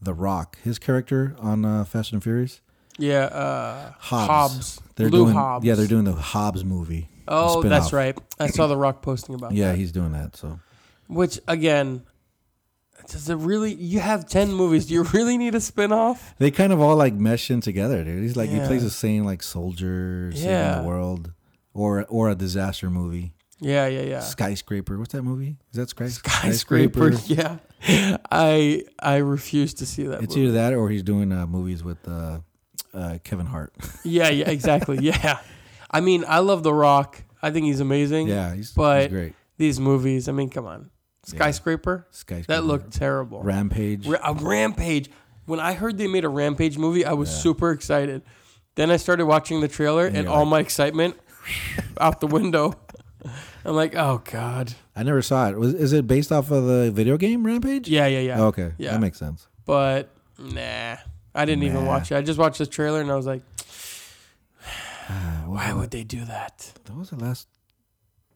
S1: the Rock, his character on uh, Fast and Furious.
S2: Yeah, uh,
S1: Hobbs.
S2: Hobbs.
S1: They're
S2: Lou
S1: doing
S2: Hobbs.
S1: yeah, they're doing the Hobbs movie. the
S2: Oh, that's
S1: spin-off.
S2: right. I saw The Rock posting about
S1: Yeah,
S2: that.
S1: he's doing that. So
S2: Which again, does it really? You have ten movies. Do you really need a spin-off?
S1: they kind of all like mesh in together, dude. He's like
S2: Yeah.
S1: he plays the same like soldier saving
S2: Yeah.
S1: the world, or or a disaster movie,
S2: Yeah, yeah, yeah.
S1: skyscraper. What's that movie? Is that skyscraper?
S2: Skyscraper. Yeah, I I refuse to see that.
S1: It's
S2: movie.
S1: either that or he's doing uh, movies with uh, uh, Kevin Hart.
S2: Yeah, yeah, exactly. yeah, I mean, I love The Rock. I think he's amazing.
S1: yeah, he's,
S2: But-
S1: he's great.
S2: These movies. I mean, come on. Skyscraper.
S1: Skyscraper.
S2: That looked terrible.
S1: Rampage.
S2: Ra- a rampage. When I heard they made a rampage movie, I was super excited. Then I started watching the trailer, and,
S1: you're
S2: all my excitement out the window. I'm like, oh god,
S1: I never saw it. Was is it based off of the video game Rampage? Oh,
S2: yeah, yeah, yeah.
S1: okay,
S2: Yeah.
S1: that makes sense.
S2: But nah, I didn't even
S1: Nah.
S2: watch it. I just watched the trailer, and I was like,
S1: Uh, what,
S2: why would they do that?
S1: That was the last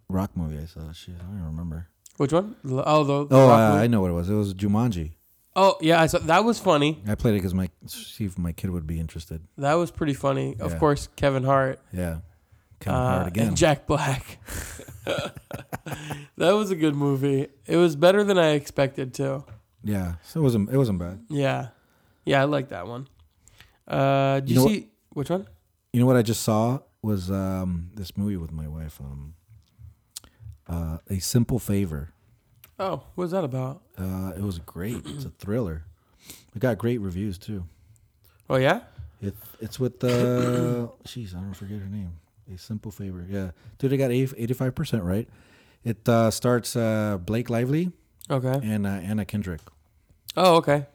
S1: rock movie I saw. Shit, I don't even remember.
S2: Which one? L- Oh, the, the
S1: Oh,
S2: Rock
S1: uh,
S2: movie.
S1: I know what it was. It was Jumanji.
S2: oh yeah, I saw that was funny.
S1: I played it because my see if my kid would be interested.
S2: That was pretty funny. Of
S1: Yeah.
S2: course, Kevin Hart,
S1: Yeah, Kevin
S2: uh,
S1: Hart again.
S2: and Jack Black. that was a good movie. It was better than I expected too.
S1: yeah, so it wasn't it wasn't bad.
S2: Yeah, yeah, I like that one. Uh, do
S1: You
S2: you,
S1: know
S2: see which one?
S1: You know what I just saw was um, this movie with my wife. Um, uh, a simple favor.
S2: Oh, what was that about?
S1: Uh, it was great. It's a thriller. It got great reviews too.
S2: Oh yeah,
S1: It, it's with the jeez, I don't forget her name. A simple favor, yeah, dude. I got eighty five percent right. It uh, starts uh, Blake Lively
S2: okay.
S1: and uh, Anna Kendrick.
S2: Oh okay.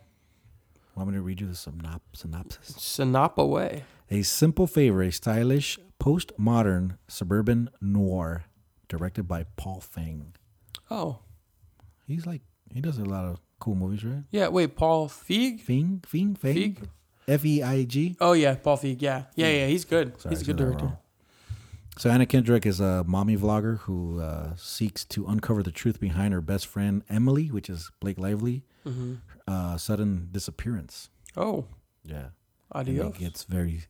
S1: Want me to read you the synop- synopsis?
S2: Synop away.
S1: A simple favor, a stylish postmodern suburban noir, directed by Paul Fang.
S2: Oh
S1: He's like he does a lot of cool movies, right?
S2: yeah. Wait, Paul Feig.
S1: Fing, Fing, Fang,
S2: Feig?
S1: F E I G.
S2: Oh yeah, Paul Feig. Yeah, yeah, yeah. He's good.
S1: Hmm. Sorry,
S2: he's a
S1: I said
S2: good
S1: that
S2: director.
S1: wrong. So Anna Kendrick is a mommy vlogger who uh, seeks to uncover the truth behind her best friend Emily, which is Blake Lively,
S2: Mm-hmm.
S1: uh, sudden disappearance.
S2: Oh,
S1: Yeah, and
S2: adios.
S1: it gets very.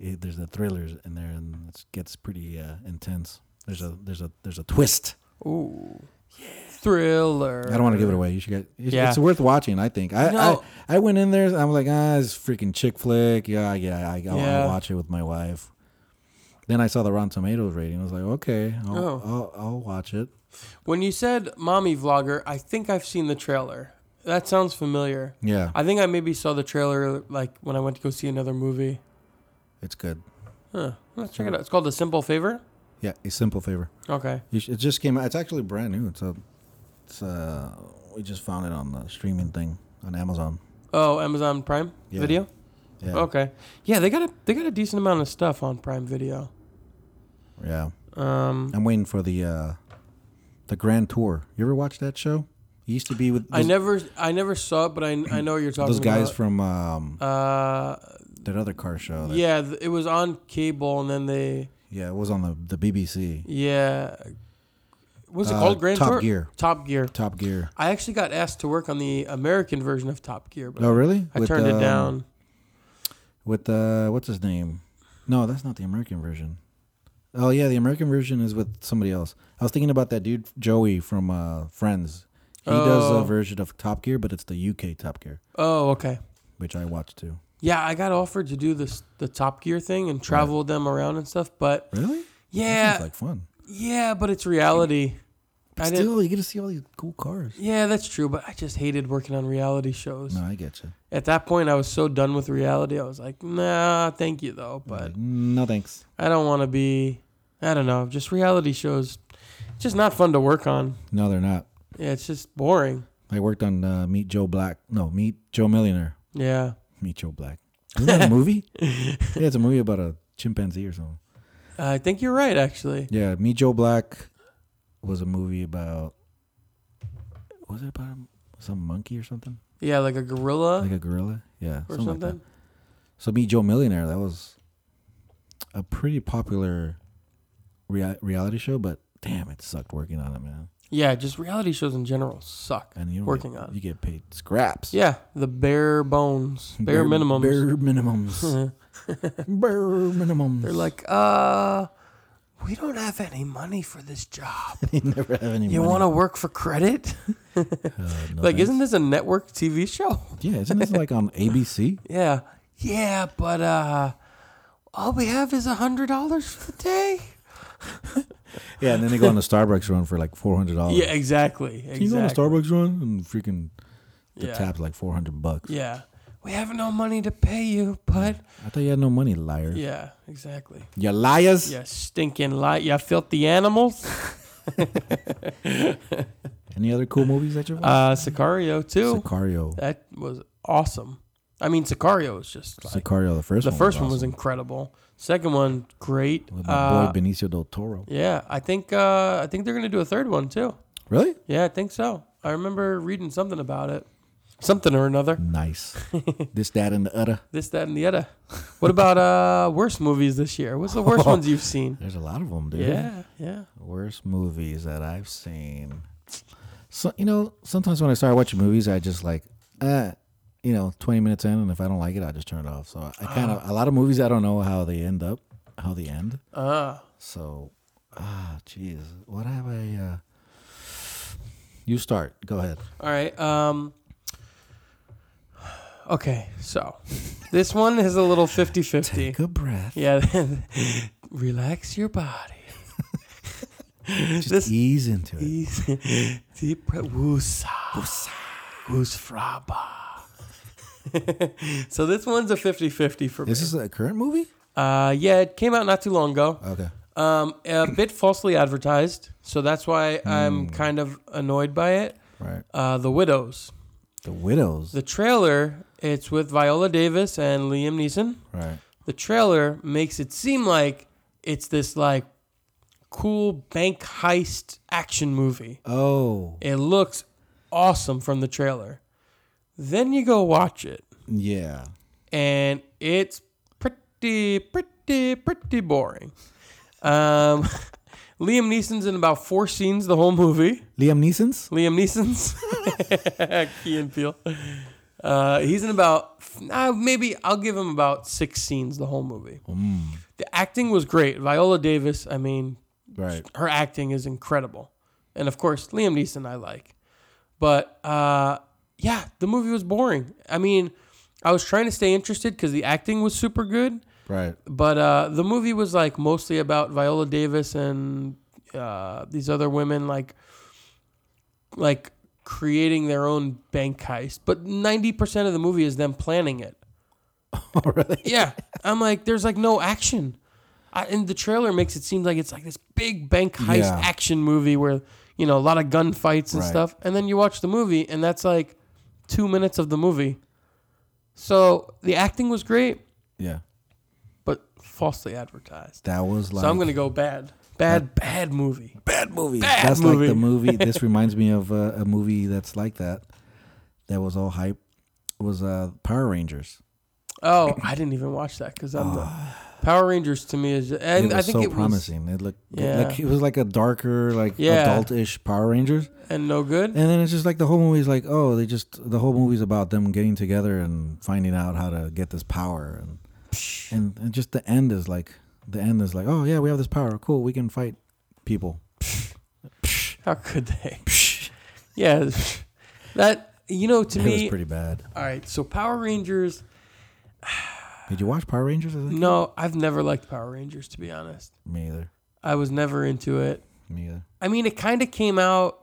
S1: It, there's a thrillers in there, and it gets pretty uh, intense. There's a there's a there's a twist.
S2: Ooh, thriller.
S1: I don't want to give it away. You should get. It's,
S2: Yeah.
S1: it's worth watching. I think. I,
S2: No.
S1: I I went in there. and I'm like, ah, it's freaking chick flick. Yeah, yeah. I, I'll,
S2: Yeah.
S1: I'll watch it with my wife. Then I saw the Rotten Tomatoes rating. I was like, okay, I'll,
S2: Oh.
S1: I'll, I'll watch it.
S2: When you said mommy vlogger, I think I've seen the trailer. That sounds familiar.
S1: Yeah,
S2: I think I maybe saw the trailer like when I went to go see another movie.
S1: it's good.
S2: Huh. Let's check it out. It's called A Simple Favor.
S1: Yeah, a simple favor.
S2: Okay.
S1: You sh- it just came out. It's actually brand new. It's a, it's uh, we just found it on the streaming thing on Amazon.
S2: Oh, Amazon Prime
S1: Yeah.
S2: Video. Oh.
S1: Yeah,
S2: Okay. Yeah, they got a they got a decent amount of stuff on Prime Video.
S1: yeah.
S2: Um,
S1: I'm waiting for the, uh, the Grand Tour. You ever watch that show? It used to be with
S2: I
S1: those,
S2: never I never saw it, but I I know what you're talking
S1: those guys
S2: about.
S1: from Oh, um,
S2: uh,
S1: that other car show. That,
S2: yeah, th- it was on cable, and then they
S1: yeah, it was on the the BBC.
S2: yeah. What's it
S1: Uh,
S2: called? Grand
S1: Top
S2: Tour?
S1: Gear.
S2: Top Gear.
S1: Top Gear.
S2: I actually got asked to work on the American version of Top Gear, but
S1: Oh, really?
S2: I turned it
S1: um,
S2: down.
S1: With uh, what's his name? No, that's not the American version. Oh yeah, the American version is with somebody else. I was thinking about that dude Joey from uh, Friends. He does
S2: Oh.
S1: a version of Top Gear, but it's the UK Top Gear,
S2: Oh, okay.
S1: which I watched too.
S2: Yeah, I got offered to do this the Top Gear thing and travel them around and stuff, but
S1: Really? That
S2: yeah,
S1: sounds like fun.
S2: yeah, but it's reality.
S1: But
S2: I didn't-
S1: still, you get to see all these cool cars.
S2: Yeah, that's true, but I just hated working on reality shows.
S1: No, I get you.
S2: At that point, I was so done with reality. I was like, nah, thank you though,
S1: Mm-hmm.
S2: but
S1: no thanks.
S2: I don't want to be. I don't know. Just reality shows, it's just not fun to work on.
S1: No, they're not.
S2: Yeah, it's just boring.
S1: I worked on uh, Meet Joe Black. No, Meet Joe Millionaire.
S2: Yeah.
S1: Meet Joe Black. Isn't that a movie? yeah, it's a movie about a chimpanzee or something.
S2: I think you're right, actually.
S1: Yeah, Meet Joe Black was a movie about. Was it about some monkey or something?
S2: Yeah, like a gorilla
S1: Like a gorilla? Yeah,
S2: Oh. or
S1: something.
S2: something.
S1: Like that. So Meet Joe Millionaire, that was a pretty popular rea- reality show, but damn, it sucked working on it, man.
S2: yeah, just reality shows in general suck.
S1: And you don't
S2: Working
S1: get,
S2: on.
S1: you get paid scraps.
S2: Yeah, the bare bones, bare, minimums.
S1: Bare minimums. bare minimums.
S2: They're like, uh, we don't have any money for this job.
S1: they never have any
S2: You
S1: money.
S2: want to work for credit?
S1: Uh, no
S2: like,
S1: thanks.
S2: isn't this a network TV show?
S1: yeah, isn't this like on ABC?
S2: Yeah. Yeah, but uh all we have is a hundred dollars for the day.
S1: Yeah, and then they go on the Starbucks run for like four hundred dollars.
S2: Yeah, exactly.
S1: Can Oh. you go on a Starbucks run and freaking the
S2: yeah.
S1: tap's like four hundred bucks?
S2: Yeah. We have no money to pay you, but
S1: I thought you had no money, liar.
S2: yeah, exactly.
S1: You liars.
S2: Yeah, stinking light. Yeah, filthy animals.
S1: Any other cool movies that you've watched?
S2: Uh Sicario too.
S1: Sicario.
S2: that was awesome. I mean, Sicario was just like
S1: Sicario, the first
S2: the
S1: one.
S2: first
S1: was
S2: one was
S1: awesome.
S2: incredible. Second one, great.
S1: With my
S2: Uh,
S1: boy Benicio del Toro.
S2: yeah, I think uh, I think they're gonna do a third one too.
S1: Really?
S2: Yeah, I think so. I remember reading something about it, something or another.
S1: Nice. this, that, and the other.
S2: This, that, and the other. What about uh, worst movies this year? What's the worst ones you've seen?
S1: There's a lot of them, dude.
S2: Yeah, yeah.
S1: Worst movies that I've seen. So you know, sometimes when I start watching movies, I just like, uh, you know, 20 minutes in, and if I don't like it, I just turn it off. So I kind
S2: Ah.
S1: of a lot of movies I don't know how they end up, how they end.
S2: Uh,
S1: So, ah, jeez, what have I? Uh, you start. Go ahead.
S2: all right. Um, okay, so this one is a little 50 50.
S1: Take a breath.
S2: Yeah, relax your body.
S1: Just
S2: this-
S1: ease into it.
S2: Easy. Deep breath. Woosa. Wusfraba. so this one's a 50-50 for me.
S1: This is a current movie.
S2: uh, yeah, it came out not too long ago.
S1: Okay.
S2: Um, a bit falsely advertised, so that's why
S1: Hmm.
S2: I'm kind of annoyed by it.
S1: Right.
S2: Uh, the Widows.
S1: The Widows.
S2: The trailer, it's with Viola Davis and Liam Neeson.
S1: right.
S2: The trailer makes it seem like it's this like cool bank heist action movie.
S1: Oh.
S2: It looks awesome from the trailer. Then you go watch it,
S1: Yeah.
S2: and it's pretty, pretty, pretty boring. Um, Liam Neeson's in about four scenes the whole movie.
S1: Liam Neeson's.
S2: Liam Neeson's Key and Peele. Uh, he's in about uh, maybe I'll give him about six scenes the whole movie. The acting was great. Viola Davis, I mean,
S1: Right.
S2: her acting is incredible. And of course, Liam Neeson I like. But uh, yeah, the movie was boring. I mean, I was trying to stay interested because the acting was super good,
S1: Right.
S2: but uh, the movie was like mostly about Viola Davis and uh, these other women like like creating their own bank heist. But ninety percent of the movie is them planning it.
S1: Oh, really?
S2: Yeah, I'm like, there's like no action, I, and the trailer makes it seem like it's like this big bank heist
S1: Yeah.
S2: action movie where you know a lot of gunfights and
S1: Right.
S2: stuff, and then you watch the movie, and that's like two minutes of the movie. So the acting was great,
S1: Yeah.
S2: but falsely advertised.
S1: That was like
S2: so I'm gonna go bad, bad, bad movie.
S1: bad movie.
S2: bad
S1: that's
S2: movie.
S1: like the movie. This reminds me of uh, a movie that's like that. That was all hype. It was uh, Power Rangers.
S2: Oh, I didn't even watch that because I'm the Power Rangers to me is, and
S1: Ah. it was
S2: I think
S1: so
S2: it was
S1: promising. it looked
S2: Yeah.
S1: like it was like a darker, like
S2: Yeah.
S1: adult-ish Power Rangers.
S2: and no good.
S1: And then it's just like the whole movie's like, oh, they just the whole movie's about them getting together and finding out how to get this power, and and, and just the end is like the end is like, oh yeah, we have this power, cool, we can fight people.
S2: How could they? yeah, that you know to
S1: It was
S2: me.
S1: pretty bad.
S2: All right, so Power Rangers.
S1: Did you watch Power Rangers? I think?
S2: No, I've never liked Power Rangers to be honest.
S1: Me either.
S2: I was never into it.
S1: Me either.
S2: I mean, it kind of came out.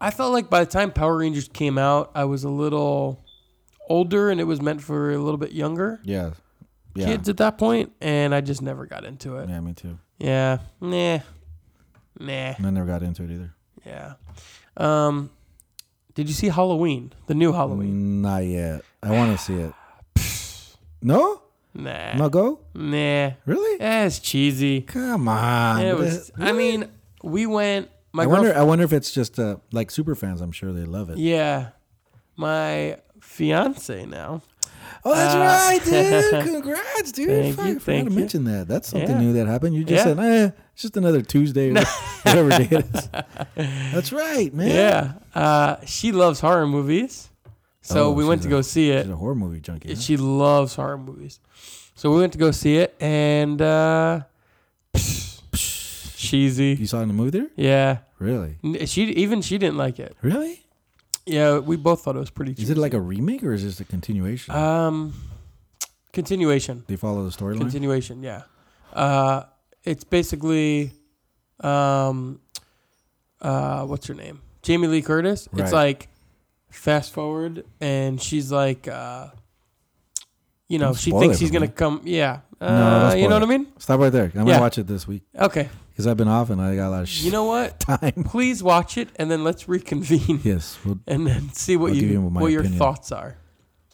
S2: I felt like by the time Power Rangers came out, I was a little older and it was meant for a little bit younger
S1: Yeah. Yeah.
S2: kids at that point, and I just never got into it.
S1: Yeah, me too.
S2: Yeah. Nah. Nah.
S1: And I never got into it either.
S2: Yeah. Um, did you see Halloween? The new Halloween?
S1: Not yet. I want to see it. no?
S2: Nah.
S1: Mm. No go?
S2: Nah.
S1: Really?
S2: Eh, it's cheesy.
S1: Come on.
S2: It was. I
S1: Really?
S2: mean, we went. My
S1: I wonder.
S2: girlfriend.
S1: I wonder if it's just uh, like super fans. I'm sure they love it.
S2: Yeah. My fiance now.
S1: Oh, that's
S2: Uh,
S1: right, dude. Congrats, dude.
S2: Thank
S1: Fuck,
S2: you,
S1: I forgot
S2: thank
S1: to
S2: you.
S1: mention that. That's something
S2: Yeah.
S1: new that happened. You just
S2: Yeah.
S1: said, eh, it's just another Tuesday or whatever day it is. That's right, man.
S2: Yeah. Uh, she loves horror movies. So
S1: Oh,
S2: we went
S1: she's
S2: to
S1: a-
S2: go see it.
S1: She's a horror movie junkie. huh?
S2: She loves horror movies. So we went to go see it and uh cheesy.
S1: You saw it in the movie theater?
S2: Yeah.
S1: Really?
S2: N- She even she didn't like it.
S1: Really?
S2: Yeah, we both thought it was pretty cheesy.
S1: Is it like a remake or is this a continuation?
S2: um continuation.
S1: they follow the storyline.
S2: Continuation, yeah. Uh it's basically um uh what's her name? Jamie Lee Curtis.
S1: Right.
S2: It's like fast forward and she's like uh you know,
S1: Don't
S2: she
S1: spoil
S2: thinks
S1: it
S2: he's
S1: for
S2: gonna
S1: me.
S2: come yeah.
S1: No, don't
S2: Uh, you
S1: spoil
S2: know
S1: it.
S2: what I mean?
S1: Stop right there. I'm
S2: Yeah.
S1: gonna watch it this week
S2: Okay.
S1: because I've been off and I got a lot of shit
S2: You know what?
S1: time.
S2: Please watch it and then let's reconvene
S1: yes, well,
S2: and then see what
S1: I'll
S2: you,
S1: give you my
S2: what your
S1: opinion.
S2: thoughts are.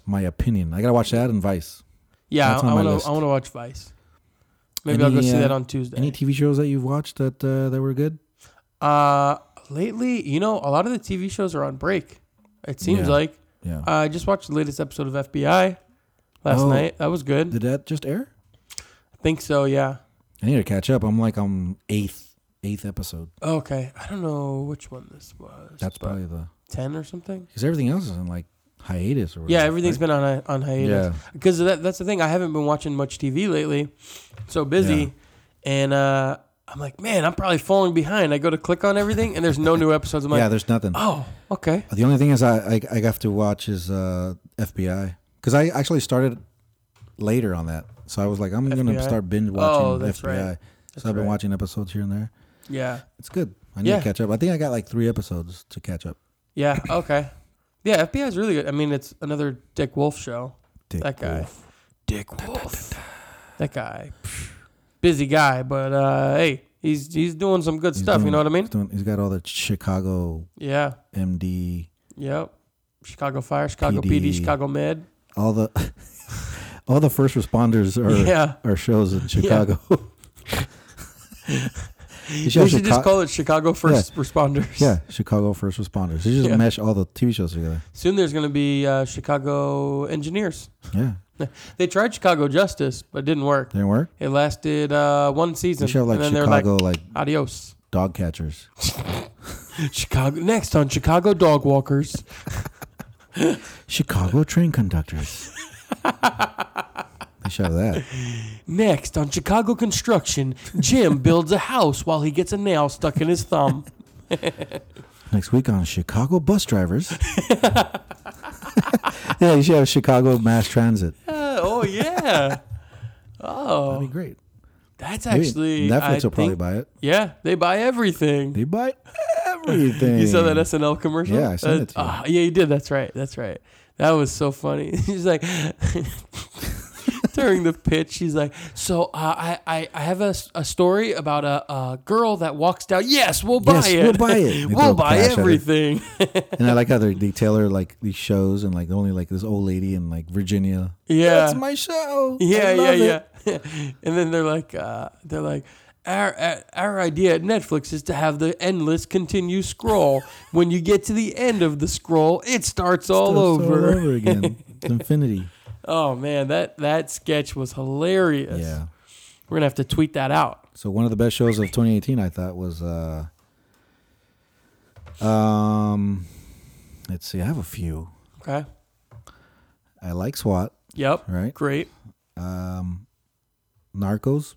S1: my opinion. I gotta watch that and Vice.
S2: Yeah,
S1: That's on
S2: I
S1: my
S2: want
S1: list.
S2: to I want to watch Vice. Maybe I'll go
S1: Any,
S2: see
S1: uh,
S2: that on Tuesday.
S1: Any TV shows that you've watched that uh, that were good?
S2: uh lately, you know, a lot of the TV shows are on break. It seems
S1: Yeah.
S2: like
S1: Yeah.
S2: Uh, I just watched the latest episode of FBI last
S1: Oh.
S2: night. That was good.
S1: Did that just air?
S2: I think so, yeah.
S1: I need to catch up. I'm like on eighth eighth episode.
S2: Okay. I don't know which one this was.
S1: That's
S2: but
S1: probably the
S2: 10 or something.
S1: because everything else is in like hiatus or
S2: Yeah,
S1: whatever,
S2: everything's
S1: right?
S2: been on hi- on hiatus.
S1: Yeah.
S2: because that, that's the thing. I haven't been watching much TV lately, so busy,
S1: Yeah.
S2: and uh, I'm like, man, I'm probably falling behind. I go to click on everything, and there's no new episodes. I'm like,
S1: yeah. There's nothing. Uh,
S2: oh, okay,
S1: The only thing is I I, I have to watch is uh, FBI because I actually started later on that, so I was like I'm gonna
S2: FBI?
S1: start binge watching
S2: Oh, that's
S1: FBI.
S2: right.
S1: So I've been
S2: right.
S1: watching episodes here and there.
S2: yeah,
S1: It's good. I need
S2: Yeah.
S1: to catch up. I think I got like three episodes to catch up.
S2: yeah, okay, yeah. FBI is really good. I mean, it's another Dick Wolf show.
S1: Dick
S2: That guy.
S1: Wolf.
S2: Dick Wolf, that guy, phew, busy guy, but uh, hey, he's he's doing some good
S1: He's
S2: stuff. you
S1: doing-
S2: know what I mean?
S1: He's, doing, he's got all the Chicago
S2: Yeah,
S1: MD,
S2: yep. Chicago Fire, Chicago PD,
S1: PD.
S2: Chicago Med.
S1: all the all the first responders are
S2: yeah,
S1: are shows in Chicago.
S2: we
S1: should have
S2: should just
S1: Chica-
S2: call it Chicago First Responders.
S1: yeah, Chicago first responders. They just
S2: Yeah.
S1: mesh all the TV shows together.
S2: Soon there's going to be uh, Chicago engineers.
S1: Yeah,
S2: They tried Chicago Justice, but it didn't work.
S1: didn't work.
S2: It lasted uh, one
S1: They
S2: season,
S1: should have like
S2: and then
S1: Chicago
S2: they're
S1: like,
S2: like, "Adios,
S1: dog catchers.
S2: Chicago." Next on Chicago Dog Walkers.
S1: Chicago train conductors. they should have that.
S2: Next on Chicago Construction, Jim builds a house while he gets a nail stuck in his thumb.
S1: Next week on Chicago bus drivers. yeah, you should have Chicago mass transit.
S2: Uh, oh yeah.
S1: That'd
S2: Oh,
S1: be great.
S2: that's
S1: Maybe
S2: actually
S1: Netflix
S2: I
S1: will probably
S2: think-
S1: buy it.
S2: Yeah, they buy everything.
S1: They buy everything.
S2: You saw that SNL commercial?
S1: Yeah, I sent
S2: That-
S1: it to you.
S2: ah, yeah, you did. That's right. That's right. That was so funny. she's like, during the pitch, she's like, "So uh, I, I I have a, s- a story about a, a girl that walks down. Yes, we'll buy
S1: Yes,
S2: it.
S1: we'll buy it. They
S2: we'll
S1: throw
S2: buy
S1: cash at her.
S2: everything.
S1: And I like how they they tailor like these shows and like only like this old lady in like Virginia.
S2: yeah,
S1: That's my show. I
S2: yeah, yeah,
S1: love it.
S2: yeah. and then they're like, uh, they're like. Our, our- our idea at Netflix is to have the endless continue scroll. when you get to the end of the scroll, it starts all
S1: It's
S2: over.
S1: all over again. It's infinity.
S2: Oh man, that that sketch was hilarious.
S1: Yeah.
S2: We're gonna have to tweet that out.
S1: So one of the best shows of 2018, I thought, was. uh Um, let's see. I have a few.
S2: Okay.
S1: I like SWAT.
S2: Yep.
S1: Right.
S2: Great.
S1: Um, Narcos.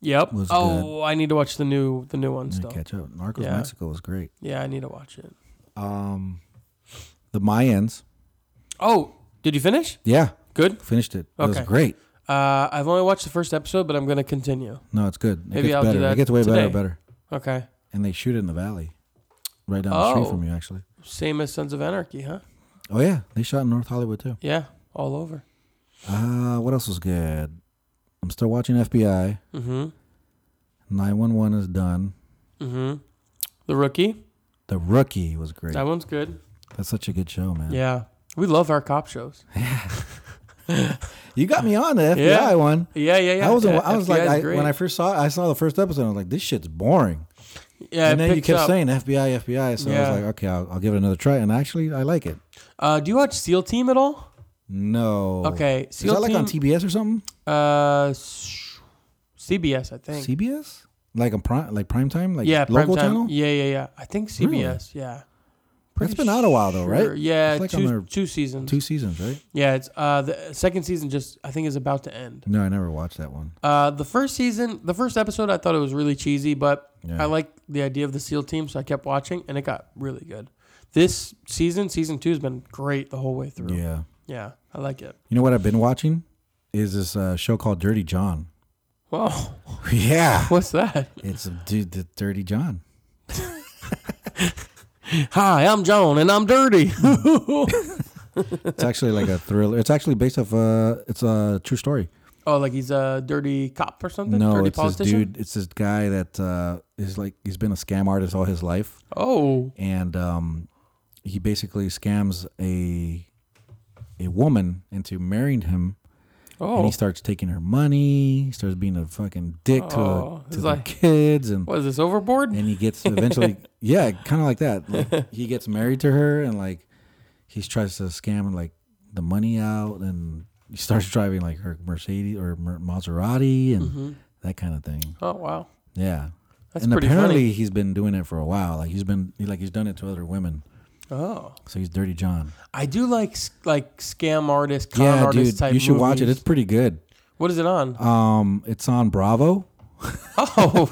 S2: Yep.
S1: Was
S2: Oh, I need to watch the new the new one
S1: I'm gonna
S2: still.
S1: catch up. Narcos
S2: Yeah.
S1: Mexico was great.
S2: Yeah, I need to watch it.
S1: Um, The Mayans.
S2: Oh, did you finish?
S1: Yeah,
S2: Good.
S1: finished it. It was
S2: Okay.
S1: great.
S2: Uh, I've only watched the first episode, but I'm gonna continue.
S1: No, it's good. It
S2: Maybe
S1: gets
S2: I'll do
S1: better.
S2: that
S1: it gets way better
S2: today.
S1: better.
S2: Okay.
S1: and they shoot it in the valley, right down the
S2: Oh.
S1: street from you, actually.
S2: Same as Sons of Anarchy, huh?
S1: Oh yeah, they shot in North Hollywood too.
S2: Yeah, all over.
S1: Uh, what else was good? I'm still watching FBI.
S2: Mm
S1: 911 is done.
S2: hmm. Mm hmm. The Rookie.
S1: The Rookie was great.
S2: That one's good.
S1: That's such a good show, man.
S2: Yeah. We love our cop shows.
S1: You got me on the FBI
S2: Yeah.
S1: one.
S2: Yeah, yeah, yeah.
S1: I was,
S2: Yeah,
S1: I was
S2: FBI
S1: like,
S2: is
S1: I,
S2: great.
S1: when I first saw, it, I saw the first episode. I was like, this shit's boring.
S2: yeah,
S1: and
S2: it
S1: then you
S2: picks
S1: kept
S2: up.
S1: saying FBI, FBI. So I
S2: Yeah.
S1: was like, okay, I'll, I'll give it another try. And actually, I like it.
S2: Uh, do you watch SEAL Team at all?
S1: No.
S2: Okay,
S1: Oh. Is that
S2: SEAL
S1: like
S2: Team.
S1: on TBS or something?
S2: uh, s- CBS, I think.
S1: CBS? Like on prime, like prime time, like
S2: yeah,
S1: local
S2: primetime.
S1: channel.
S2: Yeah, yeah, yeah. I think CBS.
S1: Really?
S2: Yeah.
S1: That's been out a while though,
S2: Sure.
S1: right?
S2: Yeah,
S1: It's like on
S2: two,
S1: their-
S2: two seasons.
S1: Two seasons, right?
S2: Yeah, it's uh the second season just I think is about to end.
S1: No, I never watched that one.
S2: Uh, the first season, the first episode, I thought it was really cheesy, but
S1: Yeah.
S2: I liked the idea of the SEAL team, so I kept watching, and it got really good. This season, season two, has been great the whole way through. Yeah,
S1: Yeah.
S2: I like it.
S1: You know what I've been watching is this uh, show called Dirty John.
S2: Wow,
S1: yeah,
S2: what's that?
S1: it's a dude, the Dirty John.
S2: Hi, I'm John, and I'm dirty. oh,
S1: It's actually like a thriller. It's actually based off uh, it's a true story.
S2: Oh, like he's a dirty cop or something?
S1: No,
S2: dirty
S1: it's this dude. It's this guy that uh, is like he's been a scam artist all his life,
S2: Oh,
S1: and um, he basically scams a a woman into marrying him, and
S2: oh.
S1: he starts taking her money. He starts being a fucking dick
S2: Oh,
S1: to,
S2: it's
S1: to the
S2: like-
S1: kids, and
S2: What is this, overboard?
S1: and he gets eventually yeah kind of like that like, he gets married to her and like he tries to scam like the money out and he starts driving like her mercedes or Mer- maserati and
S2: Mm-hmm.
S1: that kind of thing
S2: Oh, wow.
S1: yeah
S2: That's
S1: and
S2: pretty
S1: apparently he's been doing it for a while like he's been he, like he's done it to other women
S2: funny. Oh.
S1: so he's dirty john
S2: I do like s- like scam artist, con
S1: yeah
S2: artist
S1: dude
S2: type
S1: you should watch it
S2: movies.
S1: it's pretty good
S2: What is it on?
S1: um it's on bravo
S2: Oh,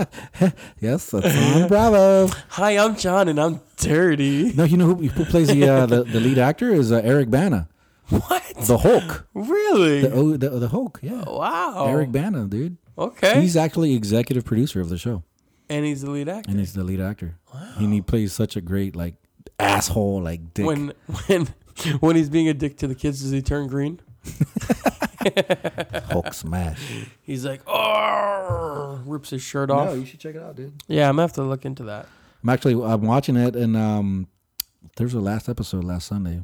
S1: yes it's on bravo
S2: hi, I'm John, and I'm dirty.
S1: no you know who, who plays the, uh, the the lead actor is uh, eric bana
S2: What?
S1: the hulk
S2: Really?
S1: The, oh, the, the Hulk, yeah.
S2: wow.
S1: Eric Bana, dude.
S2: Okay.
S1: He's actually executive producer of the show,
S2: and he's the lead actor.
S1: and he's the lead actor. And he plays such a great like asshole, like dick.
S2: When when when he's being a dick to the kids, does he turn green?
S1: Hulk smash.
S2: He's like, oh, rips his shirt off.
S1: you should check it out, dude.
S2: Yeah, I'm gonna have to look into that.
S1: I'm actually I'm watching it, and um, there's the last episode last Sunday,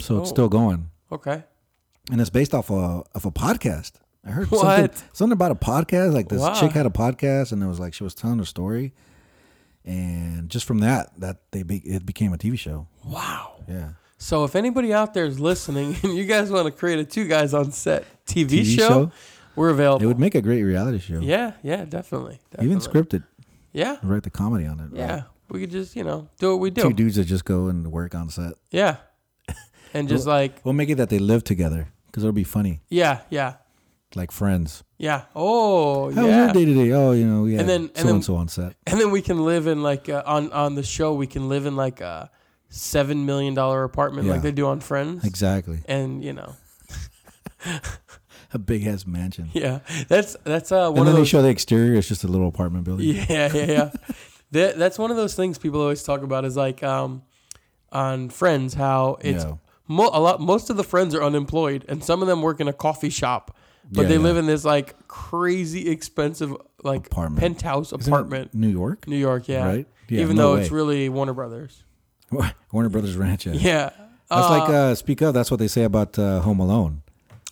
S1: so it's
S2: Oh.
S1: still going,
S2: Okay.
S1: and it's based off a of a podcast. I heard
S2: What?
S1: something something about a podcast. Like this
S2: Wow.
S1: chick had a podcast, and it was like she was telling her story, and just from that, that they be, it became a TV show.
S2: Wow.
S1: Yeah.
S2: So if anybody out there is listening and you guys want to create a two guys on set TV,
S1: TV
S2: show,
S1: show?
S2: we're
S1: It
S2: available.
S1: would make a great reality show.
S2: yeah, yeah, definitely. definitely.
S1: Even script it.
S2: Yeah,
S1: and Write the comedy on it. right?
S2: yeah. We could just you know do what we do.
S1: Two dudes that just go and work on set.
S2: Yeah. And just like
S1: We'll make it that they live together because it'll be funny,
S2: yeah, yeah,
S1: like friends.
S2: yeah. Oh
S1: How
S2: yeah.
S1: was your day today? Oh, you know, yeah.
S2: And then- and
S1: so and so on set.
S2: and then we can live in like uh, on on the show we can live in like a seven million dollar apartment like
S1: Yeah.
S2: they do on Friends.
S1: Exactly.
S2: And you know,
S1: A big ass mansion.
S2: yeah, that's that's uh
S1: And
S2: one
S1: then
S2: of
S1: they
S2: those.
S1: show the exterior. It's just a little apartment building.
S2: Yeah, yeah, yeah. that, that's one of those things people always talk about is like um on Friends how it's
S1: Yeah.
S2: mo- a lot most of the friends are unemployed and some of them work in a coffee shop but
S1: Yeah,
S2: they
S1: yeah.
S2: live in this like crazy expensive like
S1: Apartment.
S2: penthouse
S1: Isn't it
S2: apartment
S1: New York.
S2: New York, yeah.
S1: Right? Yeah,
S2: Even
S1: no
S2: though it's
S1: way.
S2: really Warner Brothers.
S1: Warner Brothers Ranch. Yeah.
S2: Yeah.
S1: That's
S2: Uh,
S1: like uh, Speak Up. That's what they say about uh, Home Alone.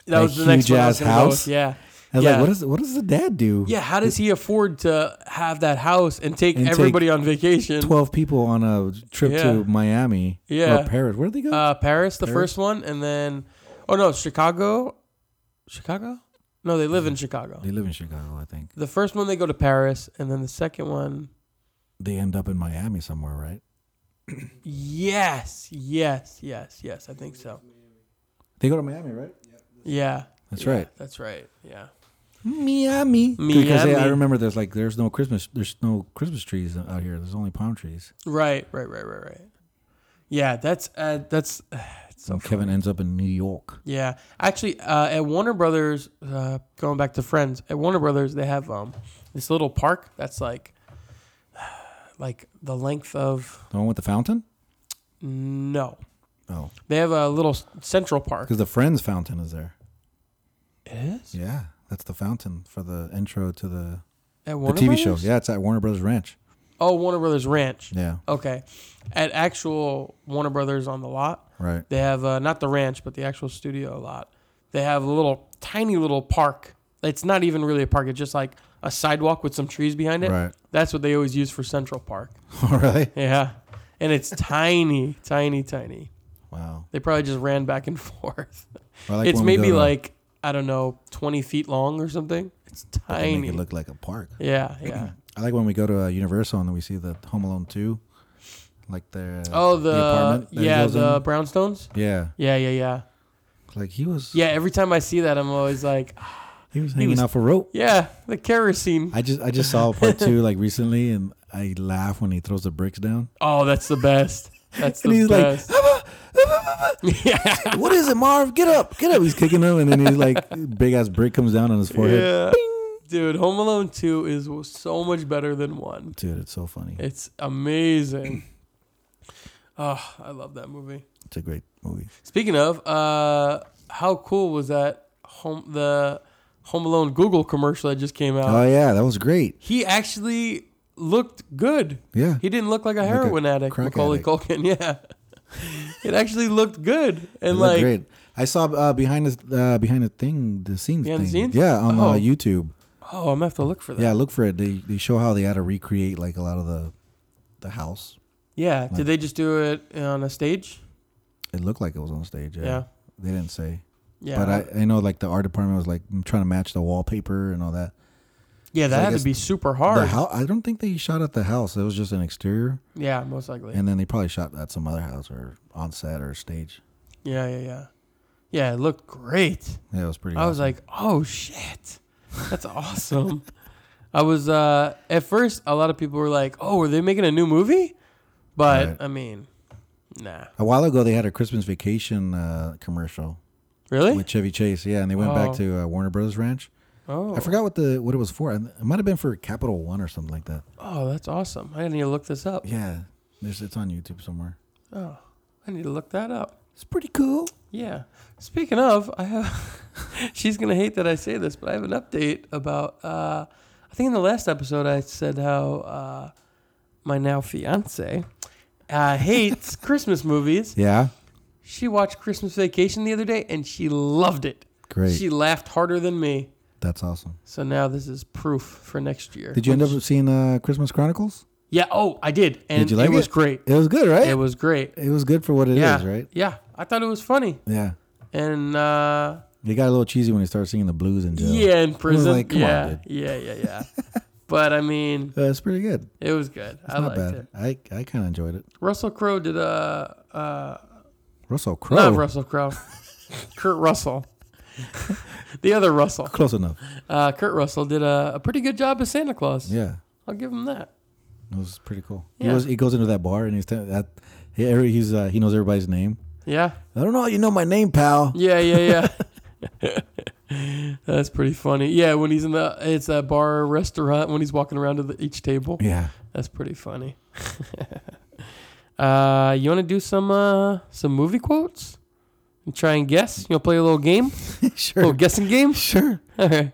S2: that
S1: a
S2: was the next one I was
S1: huge-ass
S2: gonna go with,
S1: house.
S2: Yeah.
S1: I was
S2: Yeah.
S1: like, what, is, what does the dad do?
S2: Yeah. How does he afford to have that house and take
S1: And take
S2: everybody on vacation?
S1: 12 people on a trip
S2: Yeah.
S1: to Miami
S2: Yeah.
S1: or Paris. Where did they go?
S2: Uh, Paris, the
S1: Paris?
S2: first one, and then oh no, Chicago, Chicago. No, they live in Chicago.
S1: they live in Chicago, I think.
S2: The first one they go to Paris, and then the second one.
S1: They end up in Miami somewhere, right?
S2: Yes, yes, yes, yes. I think so.
S1: They go to Miami, right?
S2: Yeah.
S1: That's
S2: Yeah,
S1: right.
S2: That's right. Yeah.
S1: Miami. Because they- I
S2: Miami.
S1: remember there's like there's no Christmas there's no Christmas trees out here. There's only palm trees.
S2: Right. Right. Right. Right. Right. Yeah. That's uh, that's. it's so
S1: and Kevin ends up in New York.
S2: Yeah, actually, uh, at Warner Brothers, uh, going back to Friends, at Warner Brothers they have um, this little park that's like like the length of
S1: The one with the fountain?
S2: no.
S1: Oh,
S2: They have a little s- Central Park.
S1: because the Friends fountain is there.
S2: It is
S1: Yeah, that's the fountain for the intro to the,
S2: at
S1: the
S2: Warner
S1: TV show.
S2: Brothers?
S1: Yeah, it's at Warner Brothers Ranch.
S2: Oh, Warner Brothers Ranch.
S1: Yeah,
S2: Okay, at actual Warner Brothers on the lot,
S1: right.
S2: they have uh, not the ranch, but the actual studio lot. They have a little tiny little park. It's not even really a park. It's just like a sidewalk with some trees behind it.
S1: Right.
S2: That's what they always use for Central Park.
S1: All right.
S2: Yeah, and it's tiny, tiny, tiny.
S1: Wow.
S2: They probably just ran back and forth.
S1: I like
S2: it's
S1: when we go
S2: maybe
S1: to-
S2: like I don't know, twenty feet long or something. It's
S1: they
S2: tiny.
S1: Make it look like a park.
S2: yeah, yeah.
S1: I like when we go to uh, Universal and we see the Home Alone 2, like their
S2: Oh, the,
S1: apartment that he
S2: yeah,
S1: goes
S2: the
S1: in.
S2: brownstones.
S1: yeah.
S2: Yeah, yeah, yeah,
S1: Like he was
S2: yeah. Every time I see that, I'm always like,
S1: he was hanging
S2: was-
S1: off a rope.
S2: yeah, the kerosene.
S1: I just I just saw part two like recently and I laugh when he throws the bricks down.
S2: Oh, that's the best. That's the
S1: And he's like, "Ah,
S2: best. yeah,
S1: What is it, Marv? Get up, get up! He's kicking him, and then he's like, big ass brick comes down on his forehead.
S2: yeah. Dude, Home Alone Two is so much better than one.
S1: Dude, it's so funny.
S2: It's amazing. oh, I love that movie.
S1: It's a great movie.
S2: Speaking of, uh, how cool was that home the Home Alone Google commercial that just came out?
S1: Oh yeah, that was great.
S2: He actually looked good.
S1: Yeah,
S2: He didn't look like a
S1: Like a
S2: heroin addict,
S1: crack
S2: Macaulay Culkin. Yeah, it actually looked good
S1: It
S2: and
S1: looked
S2: like
S1: great. I saw uh, behind this uh, behind the thing, the scenes
S2: Behind the
S1: thing.
S2: scenes?
S1: Yeah, on
S2: Oh.
S1: uh, YouTube.
S2: oh, I'm gonna have to look for that.
S1: Yeah, look for it. They they show how they had to recreate like a lot of the the house.
S2: Yeah. Did they just do it on a stage?
S1: It looked like it was on stage. Yeah,
S2: Yeah.
S1: they didn't say.
S2: Yeah.
S1: But I, I know like the art department was like trying to match the wallpaper and all that.
S2: yeah,
S1: so
S2: that
S1: I
S2: had to
S1: guess
S2: be super
S1: The
S2: hard.
S1: house, I don't think they shot at the house. It was just an exterior,
S2: yeah, most likely.
S1: and then they probably shot at some other house or on set or stage.
S2: yeah, yeah, yeah. Yeah, it looked great.
S1: Yeah, it was pretty.
S2: I was
S1: awesome.
S2: like, oh shit, that's awesome. I was uh, at first a lot of people were like, oh, are they making a new movie? But
S1: Right.
S2: I mean, nah,
S1: a while ago they had a Christmas vacation uh, commercial
S2: really?
S1: with Chevy Chase. Yeah, and they went
S2: Oh.
S1: back to uh, Warner Brothers Ranch.
S2: oh,
S1: I forgot what the what it was for. It might have been for Capital One or something like that.
S2: oh, that's awesome. I need to look this up.
S1: Yeah, there's it's on YouTube somewhere.
S2: Oh, I need to look that up.
S1: It's pretty cool.
S2: Yeah. Speaking of, I have. she's gonna hate that I say this, but I have an update about. Uh, I think in the last episode I said how uh, my now fiance uh, hates Christmas movies.
S1: Yeah,
S2: She watched Christmas Vacation the other day and she loved it.
S1: great.
S2: She laughed harder than me.
S1: That's awesome.
S2: So now this is proof for next year.
S1: Did you end up
S2: Which-
S1: seeing uh, Christmas Chronicles?
S2: Yeah. Oh, I did, and
S1: Did you like
S2: it was
S1: it?
S2: great.
S1: It was good, right?
S2: It was great.
S1: It was good for what it is,
S2: yeah.
S1: right?
S2: Yeah. I thought it was funny,
S1: Yeah.
S2: and uh,
S1: They got a little cheesy when they started singing the blues in jail.
S2: yeah. in prison.
S1: like, come on,
S2: yeah,
S1: dude.
S2: yeah. Yeah. Yeah. but I mean,
S1: Uh, it's pretty good.
S2: it was good.
S1: It's
S2: I
S1: not
S2: liked
S1: bad.
S2: it.
S1: I, I kind of enjoyed it.
S2: Russell Crowe did a. Uh,
S1: Russell Crowe.
S2: not Russell Crowe. Kurt Russell. the other Russell.
S1: Close enough.
S2: Uh, Kurt Russell did a, a pretty good job as Santa Claus.
S1: Yeah.
S2: I'll give him that.
S1: It was pretty cool. He
S2: Yeah.
S1: was. He goes into that bar and he's t- that. He, every- he's uh, he knows everybody's name.
S2: Yeah.
S1: I don't know. how You know my name, pal.
S2: Yeah, yeah, yeah. That's pretty funny. Yeah, when he's in the it's a bar or restaurant when he's walking around to the, each table.
S1: Yeah.
S2: That's pretty funny. uh, you want to do some uh some movie quotes and try and guess? You want to play a little game?
S1: sure.
S2: little guessing game?
S1: Oh, Sure.
S2: All right.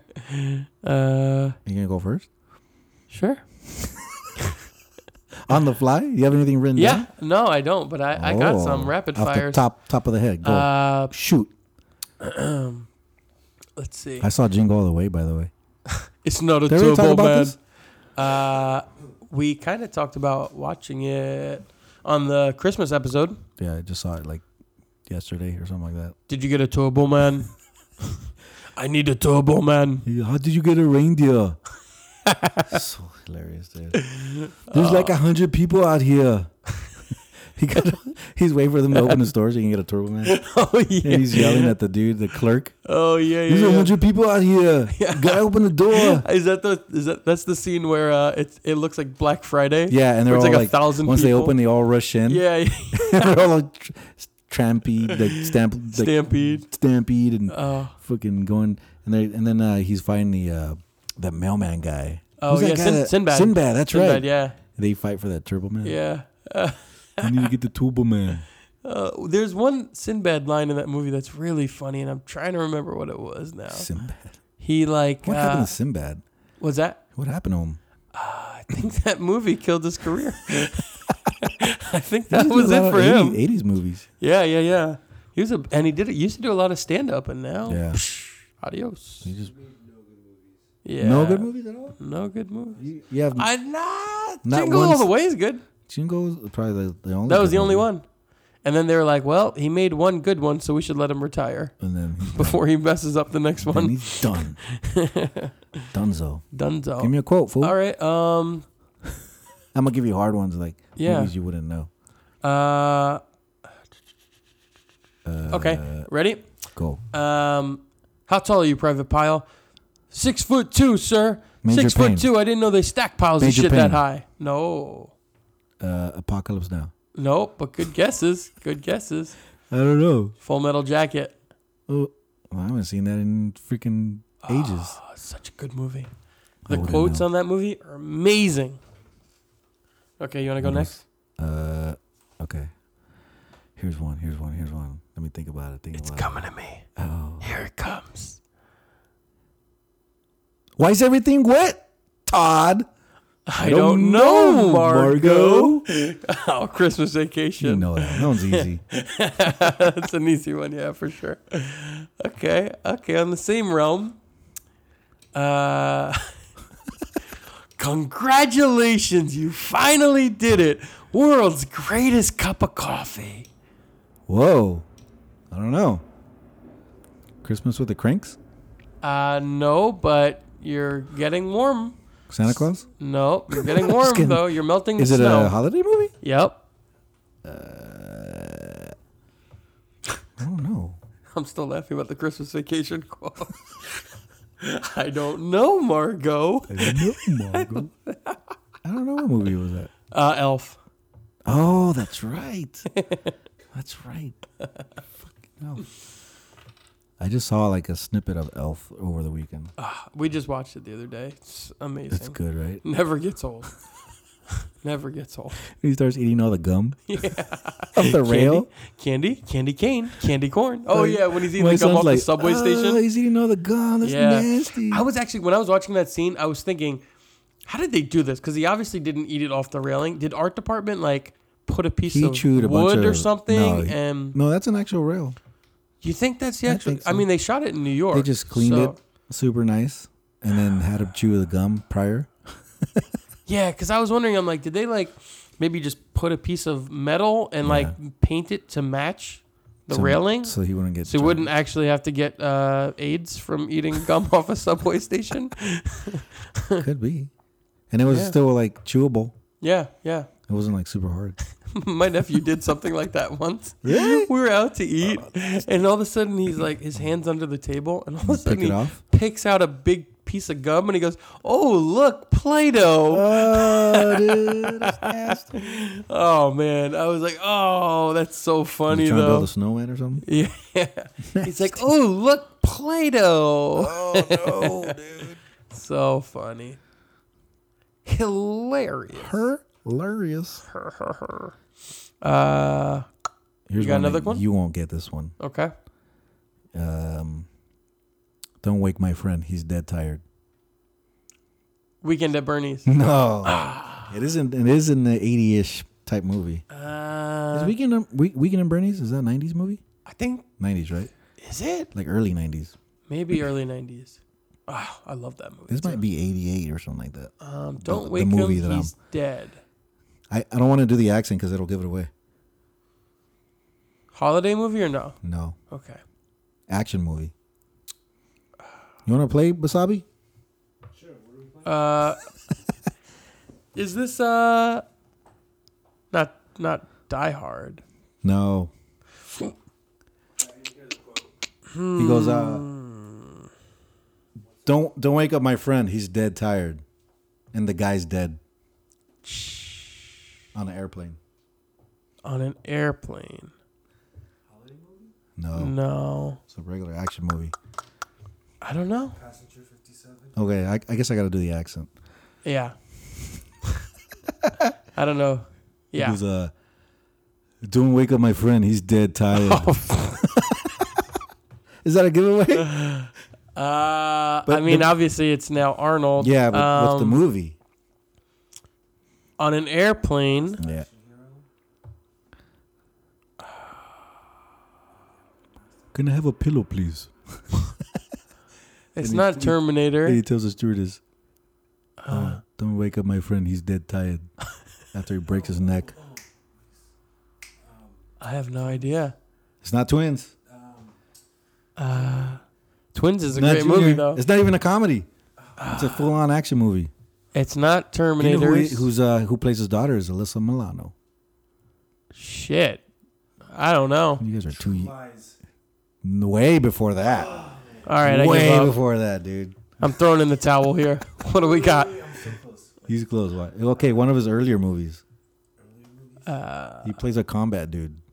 S2: Uh,
S1: You gonna go first
S2: sure.
S1: on the fly? You have anything written
S2: Yeah.
S1: down?
S2: No, I don't, but I, I got
S1: Oh.
S2: some rapid
S1: Off
S2: fires.
S1: the top top of the head. Go.
S2: Uh,
S1: Shoot.
S2: let's see.
S1: I saw Jingle All the Way. By the way.
S2: It's not a
S1: Did we talk
S2: turbo
S1: about
S2: man.
S1: this?
S2: Uh, we kind of talked about watching it on the Christmas episode.
S1: Yeah, I just saw it like yesterday or something like that.
S2: Did you get a turbo man? I need a turbo man.
S1: Yeah, How did you get a reindeer? so hilarious, dude.
S2: Uh,
S1: There's like a hundred people out here. he got, he's waiting for them to open the store so he can get a Turbo Man.
S2: Oh yeah.
S1: And he's yelling at the dude, the clerk.
S2: oh yeah.
S1: There's
S2: yeah,
S1: a
S2: yeah.
S1: hundred people out here. Gotta open the door.
S2: Is that the is that that's the scene where uh it it looks like Black Friday?
S1: Yeah, and
S2: Where
S1: they're all
S2: it's
S1: like,
S2: like a thousand
S1: once
S2: people.
S1: they open, they all rush in.
S2: Yeah. yeah.
S1: they're all like tr- trampy, like stamp, like
S2: Stampede.
S1: stampede, and
S2: Oh.
S1: fucking going. And they and then uh, he's finding the uh, the mailman guy.
S2: Oh
S1: Who's that
S2: yeah.
S1: guy
S2: Sin,
S1: that-
S2: Sinbad.
S1: Sinbad, that's
S2: Sinbad,
S1: right.
S2: Yeah.
S1: They fight for that Turbo Man.
S2: Yeah.
S1: You need to get the Turbo Man.
S2: Uh, there's one Sinbad line in that movie that's really funny, and I'm trying to remember what it was now.
S1: Sinbad.
S2: He like
S1: What
S2: uh,
S1: happened to Sinbad?
S2: was that? uh,
S1: What happened to him?
S2: I think that movie killed his career. I think
S1: He
S2: that
S1: used to do
S2: was
S1: a
S2: it
S1: lot
S2: for
S1: of
S2: him.
S1: 80s, 80s movies.
S2: Yeah, yeah, yeah. He was a and he did it. He used to do a lot of stand up, and now
S1: Yeah.
S2: adios.
S1: He just-
S2: Yeah,
S1: No good movies at all.
S2: No good movie.
S1: You, you have
S2: I not,
S1: Not
S2: Jingle All
S1: once-
S2: the Way is good.
S1: Jingo was probably the, the only.
S2: That was
S1: good
S2: the only
S1: movie.
S2: one. And then they were like, "Well, he made one good one, so we should let him retire
S1: And then he's
S2: before he messes up the next
S1: done. Then
S2: one."
S1: he's done. Dunzo.
S2: Dunzo.
S1: Give me a quote, fool.
S2: All right. Um.
S1: I'm gonna give you hard ones like
S2: Yeah.
S1: movies you wouldn't know.
S2: Uh.
S1: Uh,
S2: Okay. Ready?
S1: Go.
S2: Um. How tall are you, Private Pile? Six foot two, sir.
S1: Major
S2: Six
S1: Payne.
S2: foot two. I didn't know they stack piles
S1: Major
S2: of shit that
S1: Payne.
S2: high. No.
S1: Uh, Apocalypse Now.
S2: Nope. But good guesses. good guesses.
S1: I don't know.
S2: Full Metal Jacket.
S1: Oh, well, I haven't seen that in freaking ages.
S2: Oh, such a good movie.
S1: I
S2: The
S1: wouldn't
S2: quotes
S1: know.
S2: on that movie are amazing. Okay, you want to go
S1: What
S2: next?
S1: Uh, okay. Here's one. Here's one. Here's one. Let me think about it. Think
S2: It's
S1: about
S2: coming to me.
S1: it. Oh.
S2: Here it comes.
S1: Why is everything wet, Todd?
S2: I, don't, know, Margo. oh, Christmas vacation.
S1: You know that. That one's easy.
S2: That's an easy one, yeah, for sure. Okay, okay, on the same realm. Uh Congratulations, you finally did it. World's greatest cup of coffee.
S1: Whoa. I don't know. Christmas with the Cranks?
S2: Uh no, but you're getting warm.
S1: Santa Claus?
S2: No, you're getting warm
S1: kidding.
S2: though. You're melting the
S1: Is it
S2: snow.
S1: a holiday movie?
S2: yep.
S1: I don't know.
S2: I'm still laughing about the Christmas vacation quote. I don't know, Margot.
S1: I don't know, Margo. I don't know what movie was that.
S2: Uh Elf.
S1: Oh, that's right. that's right. Fucking hell. I just saw like a snippet of Elf over the weekend.
S2: Oh, We just watched it the other day. It's amazing.
S1: It's good, right?
S2: Never gets old. Never gets old.
S1: He starts eating all the gum
S2: Yeah.
S1: off the rail.
S2: Candy, candy cane, candy corn. Oh yeah, when he's eating
S1: My
S2: the gum
S1: son's
S2: off
S1: like,
S2: the subway
S1: "Oh,
S2: station.
S1: he's eating all the gum. That's
S2: Yeah.
S1: nasty.
S2: I was actually when I was watching that scene, I was thinking, how did they do this? Because he obviously didn't eat it off the railing. Did art department like put a piece
S1: He
S2: of
S1: chewed a bunch
S2: wood or
S1: of-
S2: something?
S1: no, he-
S2: and
S1: no, that's an actual rail.
S2: you think that's the
S1: I
S2: actual? I,
S1: think so.
S2: mean, they shot it in New York.
S1: They just cleaned
S2: so-
S1: it super nice and then had him chew the gum prior.
S2: Yeah, because I was wondering, I'm like, did they like maybe just put a piece of metal and like paint it to match the
S1: So-
S2: railing?
S1: So he wouldn't get
S2: Mm. So you
S1: charged.
S2: wouldn't actually have to get uh, AIDS from eating gum off a subway station.
S1: Could be. And it was
S2: Yeah.
S1: still like chewable.
S2: Yeah, yeah.
S1: It wasn't like super hard.
S2: My nephew did something like that once.
S1: Really? Oh,
S2: We were out to eat, and all of a sudden he's like, his hands under the table, and all of a
S1: Pick
S2: sudden
S1: it
S2: he
S1: off.
S2: picks out a big piece of gum, and he goes, "Oh, look, Play-Doh."
S1: Oh, dude, that's nasty.
S2: oh man, I was like, "Oh, that's so
S1: Was he
S2: funny
S1: trying to build
S2: though."
S1: a snowman or something?
S2: Yeah. He's like, oh, look, Play Doh.
S1: Oh no, dude.
S2: So funny. Hilarious.
S1: Hilarious.
S2: Uh,
S1: Here's
S2: got
S1: one that
S2: another one?
S1: You won't get this one.
S2: okay.
S1: Um, don't wake my friend. He's dead tired.
S2: Weekend at
S1: Hmm.
S2: Bernie's.
S1: No, it isn't. It is in the eighty-ish type movie.
S2: Uh,
S1: Is Weekend in- Week- Weekend in Bernie's? Is that nineties movie?
S2: I think,
S1: Nineties, right?
S2: is it?
S1: Like early nineties.
S2: Maybe early 90s. Oh, I love that movie.
S1: This might be eighty-eight or something like that.
S2: um, Don't
S1: the
S2: Wake
S1: movie
S2: Him,
S1: that I'm-
S2: He's Dead.
S1: I, I don't want to do the accent because it'll give it away.
S2: Holiday movie or no?
S1: No,
S2: Okay.
S1: action movie. You want to play Basabi?
S2: Uh, is this, uh, not, not Die Hard?
S1: No. He goes, uh, don't don't wake up my friend. He's dead tired, and the guy's dead on an airplane.
S2: On an airplane. Mm.
S1: No,
S2: No.
S1: it's a regular action movie.
S2: I don't know.
S1: Okay, I, I guess I got to do the accent.
S2: Yeah. I don't know. Yeah.
S1: He was uh, "Don't wake up my friend. He's dead tired." Is that a giveaway?
S2: Uh, I
S1: But
S2: mean,
S1: the-
S2: obviously, it's now Arnold.
S1: yeah, but what's the
S2: um,
S1: movie?
S2: On an airplane.
S1: Yeah. Can I have a pillow, please? And
S2: It's
S1: he-
S2: not
S1: he-
S2: Terminator.
S1: And he tells the stewardess, uh, "Don't wake up my friend. He's dead tired." After he breaks his neck,
S2: I have no idea.
S1: it's not twins.
S2: Twins is a
S1: Not
S2: great
S1: Junior.
S2: movie, though. Ah.
S1: It's not even a comedy. It's a full-on action movie.
S2: It's not
S1: You know
S2: Terminator.
S1: who, he- who's uh, who plays his daughter is Alyssa Milano.
S2: Shit. I don't know.
S1: You guys are too way before that.
S2: All right, I
S1: way
S2: give up.
S1: before that, dude.
S2: I'm throwing in the towel here. What do we got?
S1: He's close. Why- Okay, one of his earlier movies. he plays a combat dude.
S2: Uh,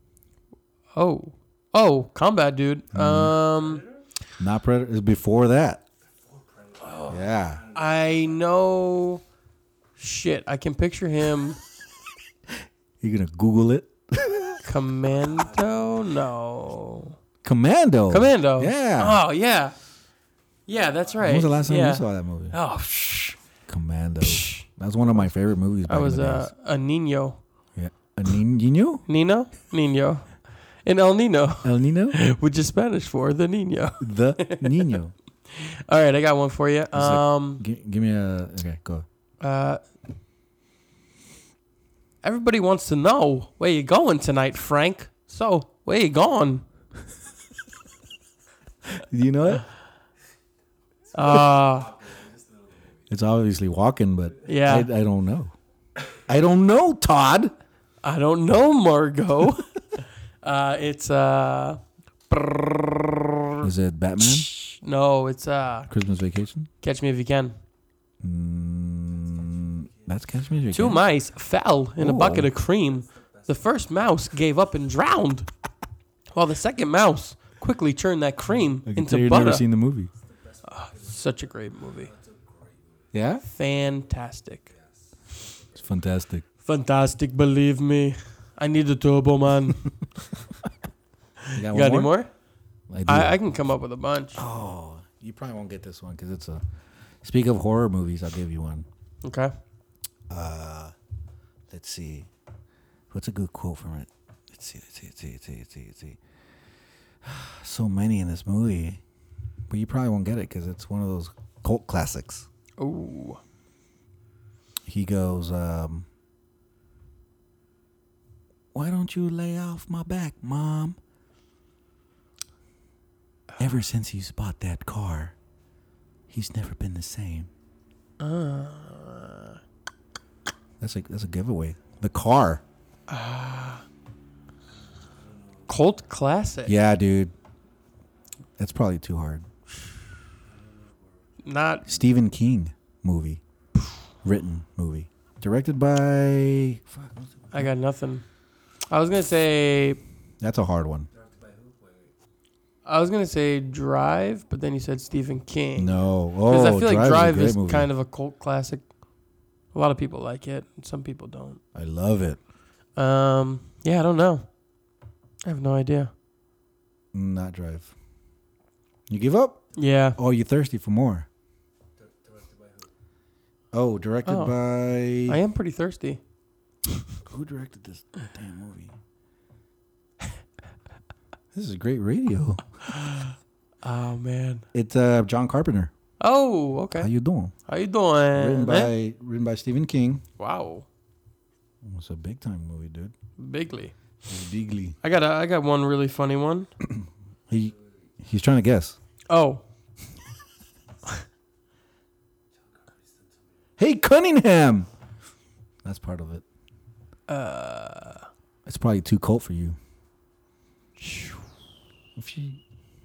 S2: Oh, oh, combat dude.
S1: Mm-hmm.
S2: Um,
S1: Not Predator. It's before that. Yeah.
S2: I know. Shit, I can picture him.
S1: You're going to Google it.
S2: Commando? No.
S1: Commando.
S2: Commando.
S1: Yeah.
S2: Oh yeah. Yeah, that's right.
S1: when was the last time
S2: yeah.
S1: you saw that movie?
S2: Oh, shh.
S1: Commando. That's one of my favorite movies. Back
S2: I was
S1: in the days.
S2: uh, a Nino.
S1: Yeah. A nin- Nino?
S2: Nino? Nino. And El Nino,
S1: El Nino?
S2: which is Spanish for the Nino.
S1: the Nino.
S2: All right, I got one for you. Um,
S1: Gi- give me a. Okay, go.
S2: uh, everybody wants to know where you going tonight, Frank. So where you going?
S1: Do you know it?
S2: Uh,
S1: It's obviously walking, but
S2: Yeah.
S1: I, I don't know. I don't know, Todd.
S2: I don't know, Margot. uh, it's uh,
S1: Is it Batman?
S2: no, it's uh,
S1: Christmas Vacation?
S2: catch me if you can.
S1: Mm, that's Catch Me If You
S2: Two
S1: Can.
S2: mice fell in a
S1: Ooh.
S2: bucket of cream. The first mouse gave up and drowned, while the second mouse quickly turned that cream
S1: I can tell
S2: into
S1: you've
S2: butter.
S1: never seen the movie.
S2: Such a great movie.
S1: Yeah?
S2: Fantastic.
S1: It's fantastic.
S2: Fantastic, believe me. I need the turbo, man.
S1: You
S2: you got any more?
S1: I do.
S2: I, I can come up with a bunch.
S1: oh, you probably won't get this one because it's a. Speak of horror movies, I'll give you one. Uh,
S2: Okay.
S1: Let's see. What's a good quote from it? Let's see, let's see, let's see, let's see, let's see. Let's see. So many in this movie. But you probably won't get it because it's one of those cult classics.
S2: Ooh.
S1: he goes, um, Why don't you lay off my back, mom? Ever since he's bought that car, he's never been the same.
S2: Uh.
S1: That's a that's a giveaway. The car.
S2: Cult classic.
S1: Yeah, dude. That's probably too hard.
S2: Not
S1: Stephen King movie. Written movie. Directed by fuck, what's-
S2: I got nothing. I was gonna say
S1: that's a hard one.
S2: I was gonna say Drive, but then you said Stephen King.
S1: No.
S2: Because
S1: Oh,
S2: I feel like
S1: Drive
S2: Drive
S1: is,
S2: is kind of a cult classic. A lot of people like it. and Some people don't.
S1: I love it.
S2: Um, yeah, I don't know. I have no idea.
S1: Not drive. You give up?
S2: Yeah.
S1: Oh, you're thirsty for more. Oh, directed
S2: Oh. I
S1: by
S2: am pretty thirsty.
S1: who directed this damn movie? this is great radio.
S2: Oh man.
S1: It's uh, John Carpenter.
S2: Oh,
S1: How
S2: okay.
S1: you doing?
S2: How you doing?
S1: written by
S2: eh?
S1: written by Stephen King.
S2: Wow.
S1: It's a big time movie, dude.
S2: Bigly.
S1: It's Bigly.
S2: I got a, I got one really funny one.
S1: He he's trying to guess.
S2: Oh.
S1: Hey Cunningham. That's part of it.
S2: Uh
S1: It's probably too cold for you. If she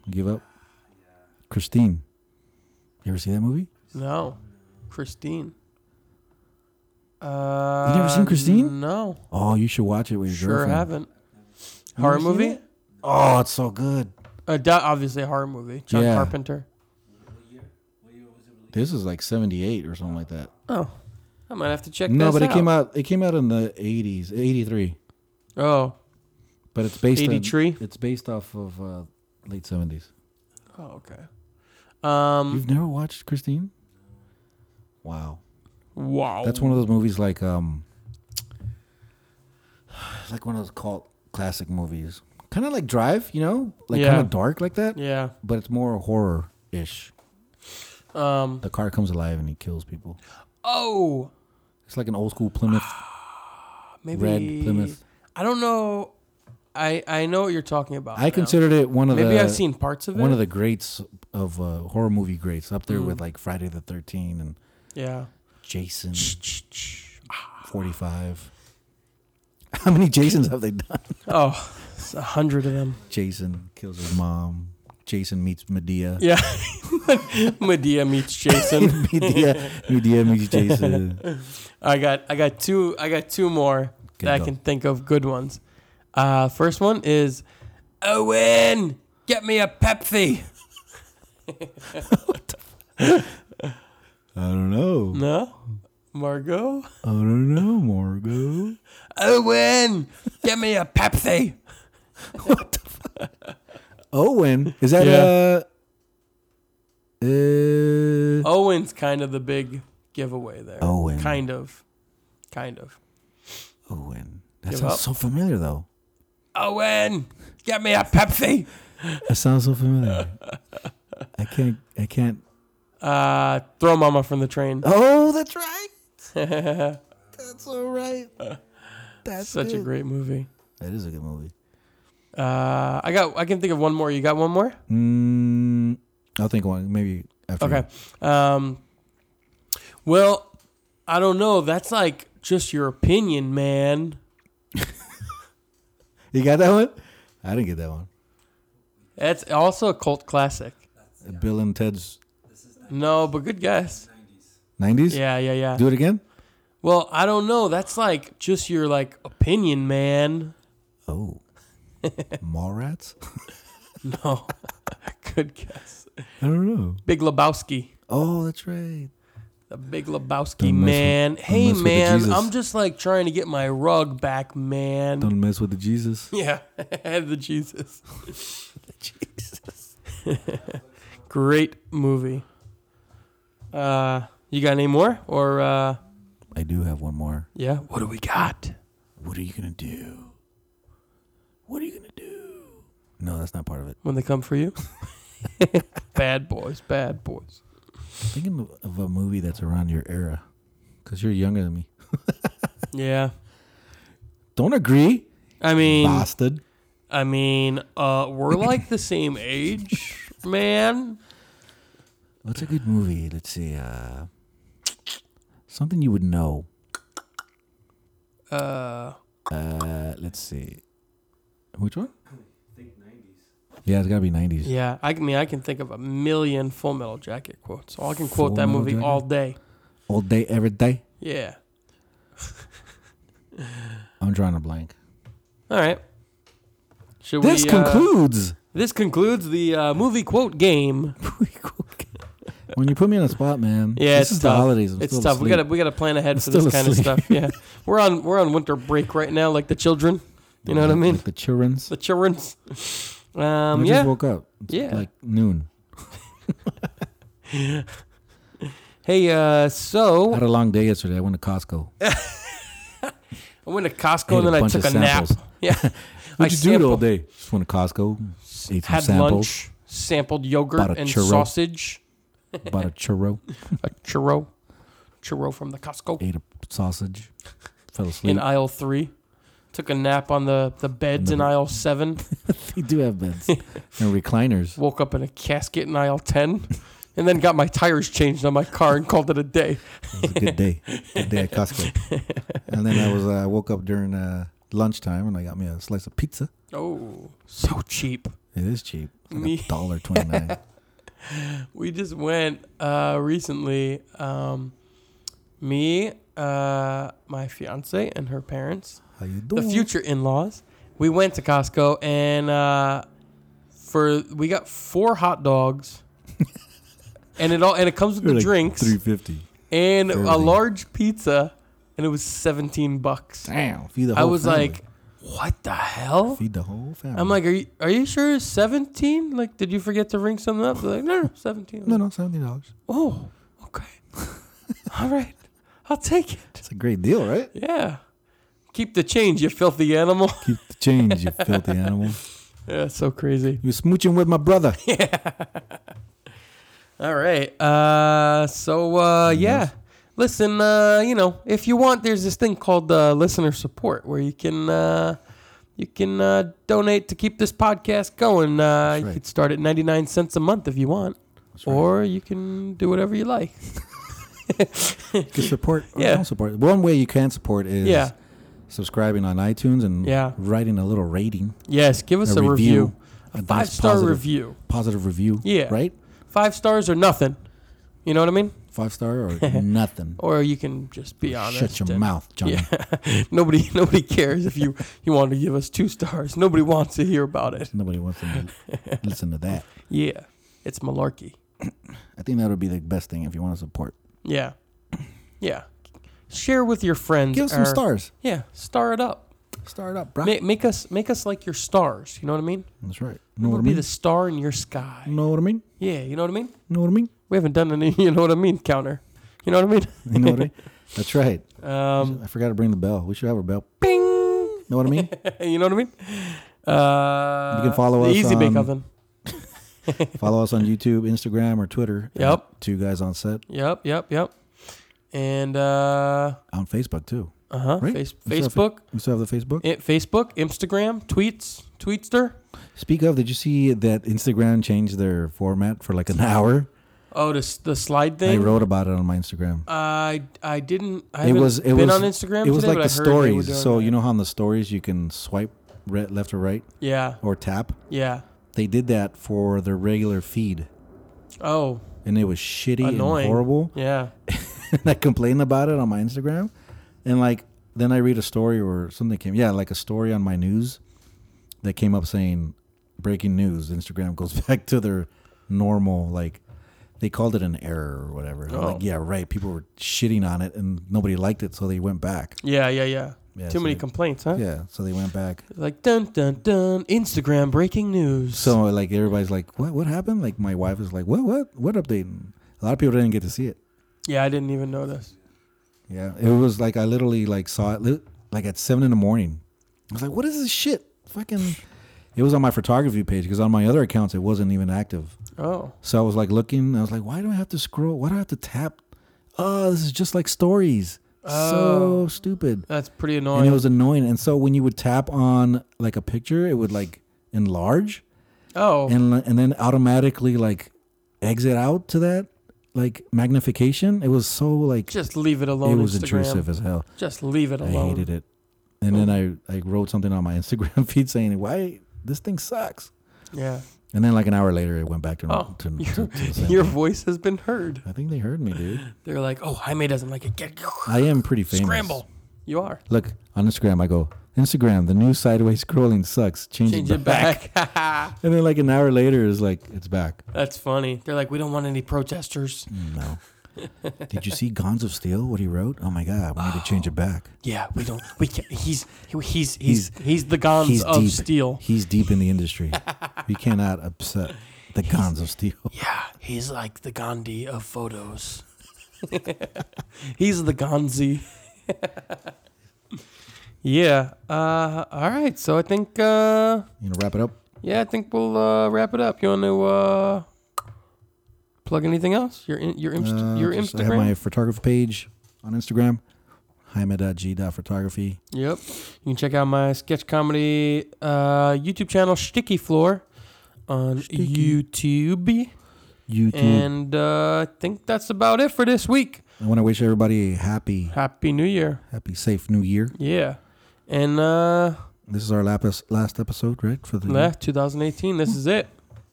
S1: give up, Christine. You ever see that movie?
S2: no. Christine. Uh
S1: never seen Christine?
S2: No.
S1: Oh, you should watch it with your
S2: Sure
S1: girlfriend.
S2: haven't.
S1: You
S2: Horror
S1: ever seen
S2: movie?
S1: it? Oh, it's so good.
S2: Uh, da- obviously a horror movie. John
S1: Yeah.
S2: Carpenter.
S1: This is like '78 or something like that.
S2: Oh. I might have to check.
S1: no,
S2: this
S1: but it
S2: out.
S1: came out. It came out in the '80s, '83.
S2: Oh,
S1: But it's based on-
S2: 83?
S1: It's based off of uh, late '70s.
S2: oh, okay. Um,
S1: You've never watched Christine? Wow,
S2: wow.
S1: that's one of those movies like um, it's like one of those cult classic movies. Kind of like Drive, you know, like
S2: Yeah.
S1: kind of dark like that,
S2: Yeah.
S1: but it's more horror ish.
S2: Um.
S1: The car comes alive and he kills people.
S2: Oh,
S1: It's like an old school Plymouth
S2: maybe
S1: red Plymouth.
S2: I don't know. I I know what you're talking about.
S1: I
S2: now.
S1: considered it one of
S2: Oh, Maybe
S1: the
S2: I've seen parts of it. Mm.
S1: one of the greats of uh, horror movie greats, up there with like Friday the Thirteenth and
S2: yeah.
S1: Jason
S2: Ah.
S1: Forty Five. How many Jasons have they done?
S2: Oh, it's a hundred of them.
S1: Jason kills his mom. Jason meets Medea.
S2: Yeah. Medea meets Jason.
S1: Medea, Medea meets Jason.
S2: I got I got two I got two more
S1: Good
S2: that I
S1: go.
S2: can think of good ones. Uh, first one is Owen, get me a Pepsi.
S1: I don't know.
S2: No, Margot.
S1: I don't know, Margot.
S2: Owen, get me a Pepsi.
S1: Owen, is that
S2: Yeah.
S1: uh,
S2: Oh.
S1: uh
S2: Owen's kind of the big giveaway there.
S1: Owen.
S2: Kind of. Kind of.
S1: Owen? That
S2: Give
S1: sounds
S2: up.
S1: so familiar, though.
S2: Owen, get me a Pepsi.
S1: That sounds so familiar. I can't. I can't.
S2: Uh, throw mama from the train.
S1: Oh, that's right. That's all right. That's
S2: Such a great movie.
S1: That is a good movie.
S2: Uh, I got. I can think of one more. You got one more?
S1: Mm, I'll think one maybe after.
S2: Okay. Um, well, I don't know. That's like just your opinion, man.
S1: You got that one? I didn't get that one.
S2: That's also a cult classic.
S1: Bill and Ted's
S2: No, but good guess.
S1: nineties.
S2: Yeah, yeah, yeah.
S1: Do it again.
S2: Well, I don't know. That's like just your like opinion, man.
S1: Oh, Mallrats.
S2: No, good guess.
S1: I don't know.
S2: Big Lebowski.
S1: Oh, that's right.
S2: The Big Lebowski,
S1: Don't mess with-
S2: man.
S1: don't
S2: hey,
S1: mess with the
S2: man.
S1: Jesus.
S2: I'm just like trying to get my rug back, man.
S1: Don't mess with the Jesus.
S2: Yeah, the Jesus. Jesus. Great movie. Uh, you got any more? Or uh,
S1: I do have one more.
S2: yeah, what do we got?
S1: What are you gonna do? What are you gonna do? No, that's not part of it.
S2: When they come for you? bad boys, bad boys.
S1: Thinking of- of a movie that's around your era, because you're younger than me.
S2: Yeah,
S1: Don't agree,
S2: I mean,
S1: bastard.
S2: I mean, uh, we're like the same age, man.
S1: What's a good movie? Let's see. Uh, something you would know.
S2: Uh,
S1: Uh, let's see. Which one? I think 90s. Yeah, it's got to be 90s.
S2: yeah, I mean, I can think of a million Full Metal Jacket quotes. I can quote
S1: Full
S2: that
S1: Metal
S2: movie
S1: Jacket?
S2: all day.
S1: All day, every day.
S2: Yeah.
S1: I'm drawing a blank.
S2: All right. Should
S1: This
S2: we, uh,
S1: concludes.
S2: This concludes the uh, movie quote game.
S1: when you put me on the spot, man.
S2: Yeah,
S1: this
S2: it's
S1: is
S2: tough.
S1: the holidays. I'm
S2: it's
S1: still
S2: tough. We
S1: asleep.
S2: gotta we gotta plan ahead for
S1: still
S2: this kind of
S1: asleep.
S2: stuff. Yeah, we're on we're on winter break right now, like the children. You know what I
S1: Like-
S2: mean?
S1: Like the children's.
S2: The childrens.
S1: I
S2: Um,
S1: just
S2: yeah.
S1: woke up. It's
S2: Yeah.
S1: Like noon.
S2: Hey, uh, so
S1: Had a long day yesterday. I went to Costco.
S2: I went to
S1: Ate
S2: Costco and
S1: a
S2: then I
S1: bunch
S2: took a
S1: of
S2: nap.
S1: samples.
S2: Yeah, I
S1: What'd you do
S2: sampled-
S1: all day? Just went to Costco. Ate some
S2: had
S1: samples.
S2: lunch, sampled
S1: Bought
S2: yogurt
S1: a
S2: and
S1: churro.
S2: sausage,
S1: Bought a churro.
S2: a churro, churro from the Costco
S1: Ate a sausage. Fell asleep.
S2: in aisle three. Took a nap on the the beds in
S1: Another-
S2: aisle seven.
S1: They do have beds and recliners.
S2: woke up in a casket in aisle 10 and then got my tires changed on my car and called it a day
S1: It was a good day. Good day at Costco. And then I was uh, I woke up during uh, lunchtime and I got me a slice of pizza.
S2: oh so cheap
S1: It is cheap. It's
S2: Me-
S1: Like a dollar twenty nine.
S2: we just went uh recently um me uh my fiance and her parents
S1: How you
S2: the
S1: doing?
S2: future in-laws we went to costco and uh for we got four hot dogs and it all and it comes with the drinks
S1: Three fifty.
S2: and
S1: Philly.
S2: a large pizza, and it was 17 bucks.
S1: Damn, feed the
S2: I
S1: whole
S2: was
S1: family.
S2: like, what the hell?
S1: feed the whole family.
S2: I'm like, are you, are you sure it's 17? Like, did you forget to ring something up? They're like, no, no, 17.
S1: no, no, seventy dollars.
S2: Oh, okay. All right. I'll take it.
S1: It's a great deal, right?
S2: Yeah. Keep the change, you filthy animal.
S1: Keep the change, you filthy animal.
S2: Yeah, it's so crazy.
S1: You smooching with my brother.
S2: All right. Uh, so uh, yeah, listen. Uh, you know, if you want, there's this thing called uh, listener support where you can uh, you can uh, donate to keep this podcast going. Uh, You
S1: right.
S2: could start at 99 cents a month if you want,
S1: right.
S2: or you can do whatever you like.
S1: You can support or
S2: Yeah.
S1: don't support. One way you can support is
S2: Yeah.
S1: subscribing on iTunes and
S2: Yeah.
S1: writing a little rating,
S2: Yes. Give us a, review.
S1: A nice
S2: Five star
S1: positive-
S2: review.
S1: Positive review.
S2: Yeah.
S1: Right?
S2: Five stars or nothing. You know what I mean?
S1: Five star or nothing.
S2: Or you can just Oh, be honest.
S1: Shut your
S2: and-
S1: mouth, Johnny.
S2: Yeah. nobody nobody cares if you you want to give us two stars. Nobody wants to hear about it.
S1: Nobody wants to listen to that.
S2: Yeah. It's malarkey.
S1: I think that would be the best thing if you want to support.
S2: Yeah. Yeah. Share with your friends.
S1: Give us some
S2: or-
S1: stars.
S2: Yeah, star it up.
S1: Star it up, bro.
S2: Make, make us make us like your stars, you know what I mean?
S1: That's right.
S2: We
S1: Know what I
S2: want to be
S1: mean?
S2: the star in your sky.
S1: Know what I mean?
S2: Yeah, you know what I mean?
S1: Know what I mean?
S2: We haven't done any you know what I mean counter. You know what
S1: You know what I mean? That's right.
S2: I mean? Um
S1: I forgot to bring the bell. We should have a bell.
S2: bing.
S1: Know what I mean?
S2: you know what I mean? Uh,
S1: You can follow
S2: the
S1: us
S2: Easy Bake
S1: on-
S2: Oven.
S1: Follow us on YouTube, Instagram, or Twitter. at
S2: Yep.
S1: Two guys on set
S2: Yep, yep, yep. And uh
S1: on Facebook too.
S2: uh huh.
S1: Right?
S2: Face,
S1: We still have
S2: Facebook,
S1: We still have the Facebook.
S2: I- Facebook, Instagram, tweets, Tweetster.
S1: Speak of, did you see that Instagram changed their format for like an hour?
S2: Oh, the s- the slide
S1: I
S2: thing.
S1: wrote about it on my Instagram.
S2: I I didn't. I
S1: it
S2: haven't
S1: was it
S2: been
S1: was
S2: on Instagram.
S1: It was
S2: today,
S1: like
S2: but
S1: the
S2: I heard they were
S1: stories.
S2: doing
S1: So
S2: that.
S1: you know how on the stories you can swipe re- left or right
S2: Yeah,
S1: or tap.
S2: yeah.
S1: They did that for their regular feed,
S2: Oh,
S1: and it was shitty
S2: Annoying.
S1: and horrible.
S2: yeah,
S1: and I complained about it on my Instagram, and like then I read a story or something came. Yeah, like a story on my news that came up saying breaking news. Instagram goes back to their normal like they called it an error or whatever. And I'm
S2: Oh.
S1: Like yeah, right. People were shitting on it and nobody liked it, so they went back.
S2: yeah, yeah, yeah.
S1: Yeah,
S2: Too
S1: so
S2: many
S1: they-
S2: complaints, huh?
S1: Yeah, so they went back.
S2: Like dun dun dun. Instagram breaking news.
S1: So like everybody's like, what? What happened? Like my wife was like, what? What? What update? And a lot of people didn't get to see it.
S2: yeah, I didn't even notice.
S1: Yeah, it was like I literally like saw it li- like at seven in the morning. I was like, "What is this shit?" Fucking. It was on my photography page because on my other accounts it wasn't even active.
S2: Oh,
S1: So I was like looking. I was like, "Why do I have to scroll? Why do I have to tap?" Oh, this is just like stories.
S2: Oh.
S1: So stupid.
S2: that's pretty
S1: And it
S2: annoying.
S1: was annoying. And so when you would tap on like a picture, it would like enlarge
S2: oh,
S1: and and then automatically like exit out to that like magnification. It was so like
S2: just leave it
S1: it
S2: alone.
S1: was
S2: Instagram.
S1: intrusive as hell.
S2: Just leave it
S1: I
S2: alone.
S1: hated it. And then I, I wrote something on my Instagram feed saying, why this thing sucks.
S2: Yeah.
S1: And then like an hour later, it went back to,
S2: Oh,
S1: to, to,
S2: your-
S1: to the same
S2: Your
S1: thing.
S2: voice has been heard.
S1: I think they heard me, dude.
S2: They're like, oh, Jaime doesn't like it. Get
S1: I am pretty famous.
S2: scramble. You are.
S1: Look, on Instagram, I go, Instagram, the new sideways scrolling sucks. Change,
S2: Change
S1: it
S2: it
S1: back.
S2: back.
S1: And then like an hour later, it's like, it's back.
S2: That's funny. They're like, we don't want any protesters.
S1: No. Did you see Guns of Steel, what he wrote? Oh my God, we need to change it back.
S2: Yeah, we don't. We can't. He's he- he's he's
S1: He's-
S2: he's the Gons
S1: He's
S2: of
S1: deep.
S2: steel.
S1: He's deep in the industry. we cannot upset the Guns of Steel.
S2: Yeah, he's like the Gandhi of photos. he's the Gonzi. yeah. Uh, all right. So I think. Uh,
S1: You know, wrap it up.
S2: yeah, I think we'll uh, wrap it up. You want to uh, plug anything else? Your in, your inst-
S1: Uh,
S2: your
S1: just-
S2: Instagram.
S1: I have my photography page on Instagram, jaime.g.photography.
S2: Yep. You can check out my sketch comedy uh, YouTube channel, Sticky Floor, on
S1: Sticky.
S2: YouTube.
S1: YouTube.
S2: And uh, I think that's about it for this week.
S1: I want to wish everybody a happy,
S2: Happy New Year.
S1: happy, safe new year.
S2: Yeah. And uh,
S1: This is our lapis, last episode, right? For the
S2: yeah, 2018, this is it.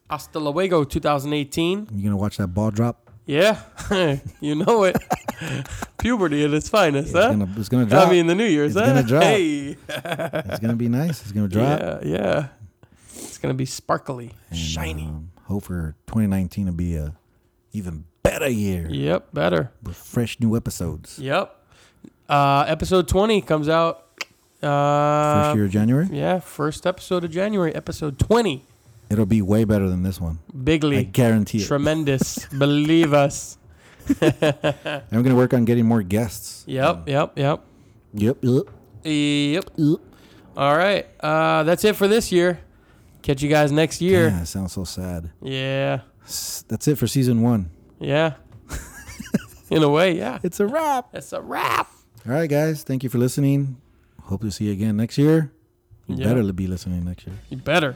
S2: Hasta luego, 2018.
S1: You're going to watch that ball drop.
S2: Yeah. you know it. Puberty at its finest, huh?
S1: It's going to it's gonna drop.
S2: I mean, the New Year's,
S1: It's
S2: huh?
S1: gonna drop.
S2: Hey.
S1: it's going to be nice. It's going to drop.
S2: Yeah, yeah. uh, It's going to be sparkly,
S1: And,
S2: shiny.
S1: um, hope for 2019 to be a even better year
S2: Yep, better.
S1: with fresh new episodes.
S2: Yep. Uh, episode 20 comes out. Uh,
S1: First year of January,
S2: Yeah, first episode of January, episode 20.
S1: it'll be way better than this one. I
S2: Bigly.
S1: guarantee it.
S2: Tremendous. Believe us.
S1: And we're gonna work on getting more guests.
S2: Yep, yep, yep.
S1: Yep. yep.
S2: Yep. All right. Uh, that's it for this year. Catch you guys next year.
S1: Yeah, it sounds so sad.
S2: Yeah.
S1: S- That's it for season one.
S2: Yeah. In a way, yeah.
S1: It's a wrap.
S2: That's a wrap.
S1: All right, guys. Thank you for listening. Hope to see you again next year. You
S2: Yeah.
S1: better be listening next year.
S2: You better.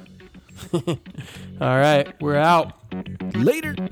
S2: All right. We're out.
S1: Later.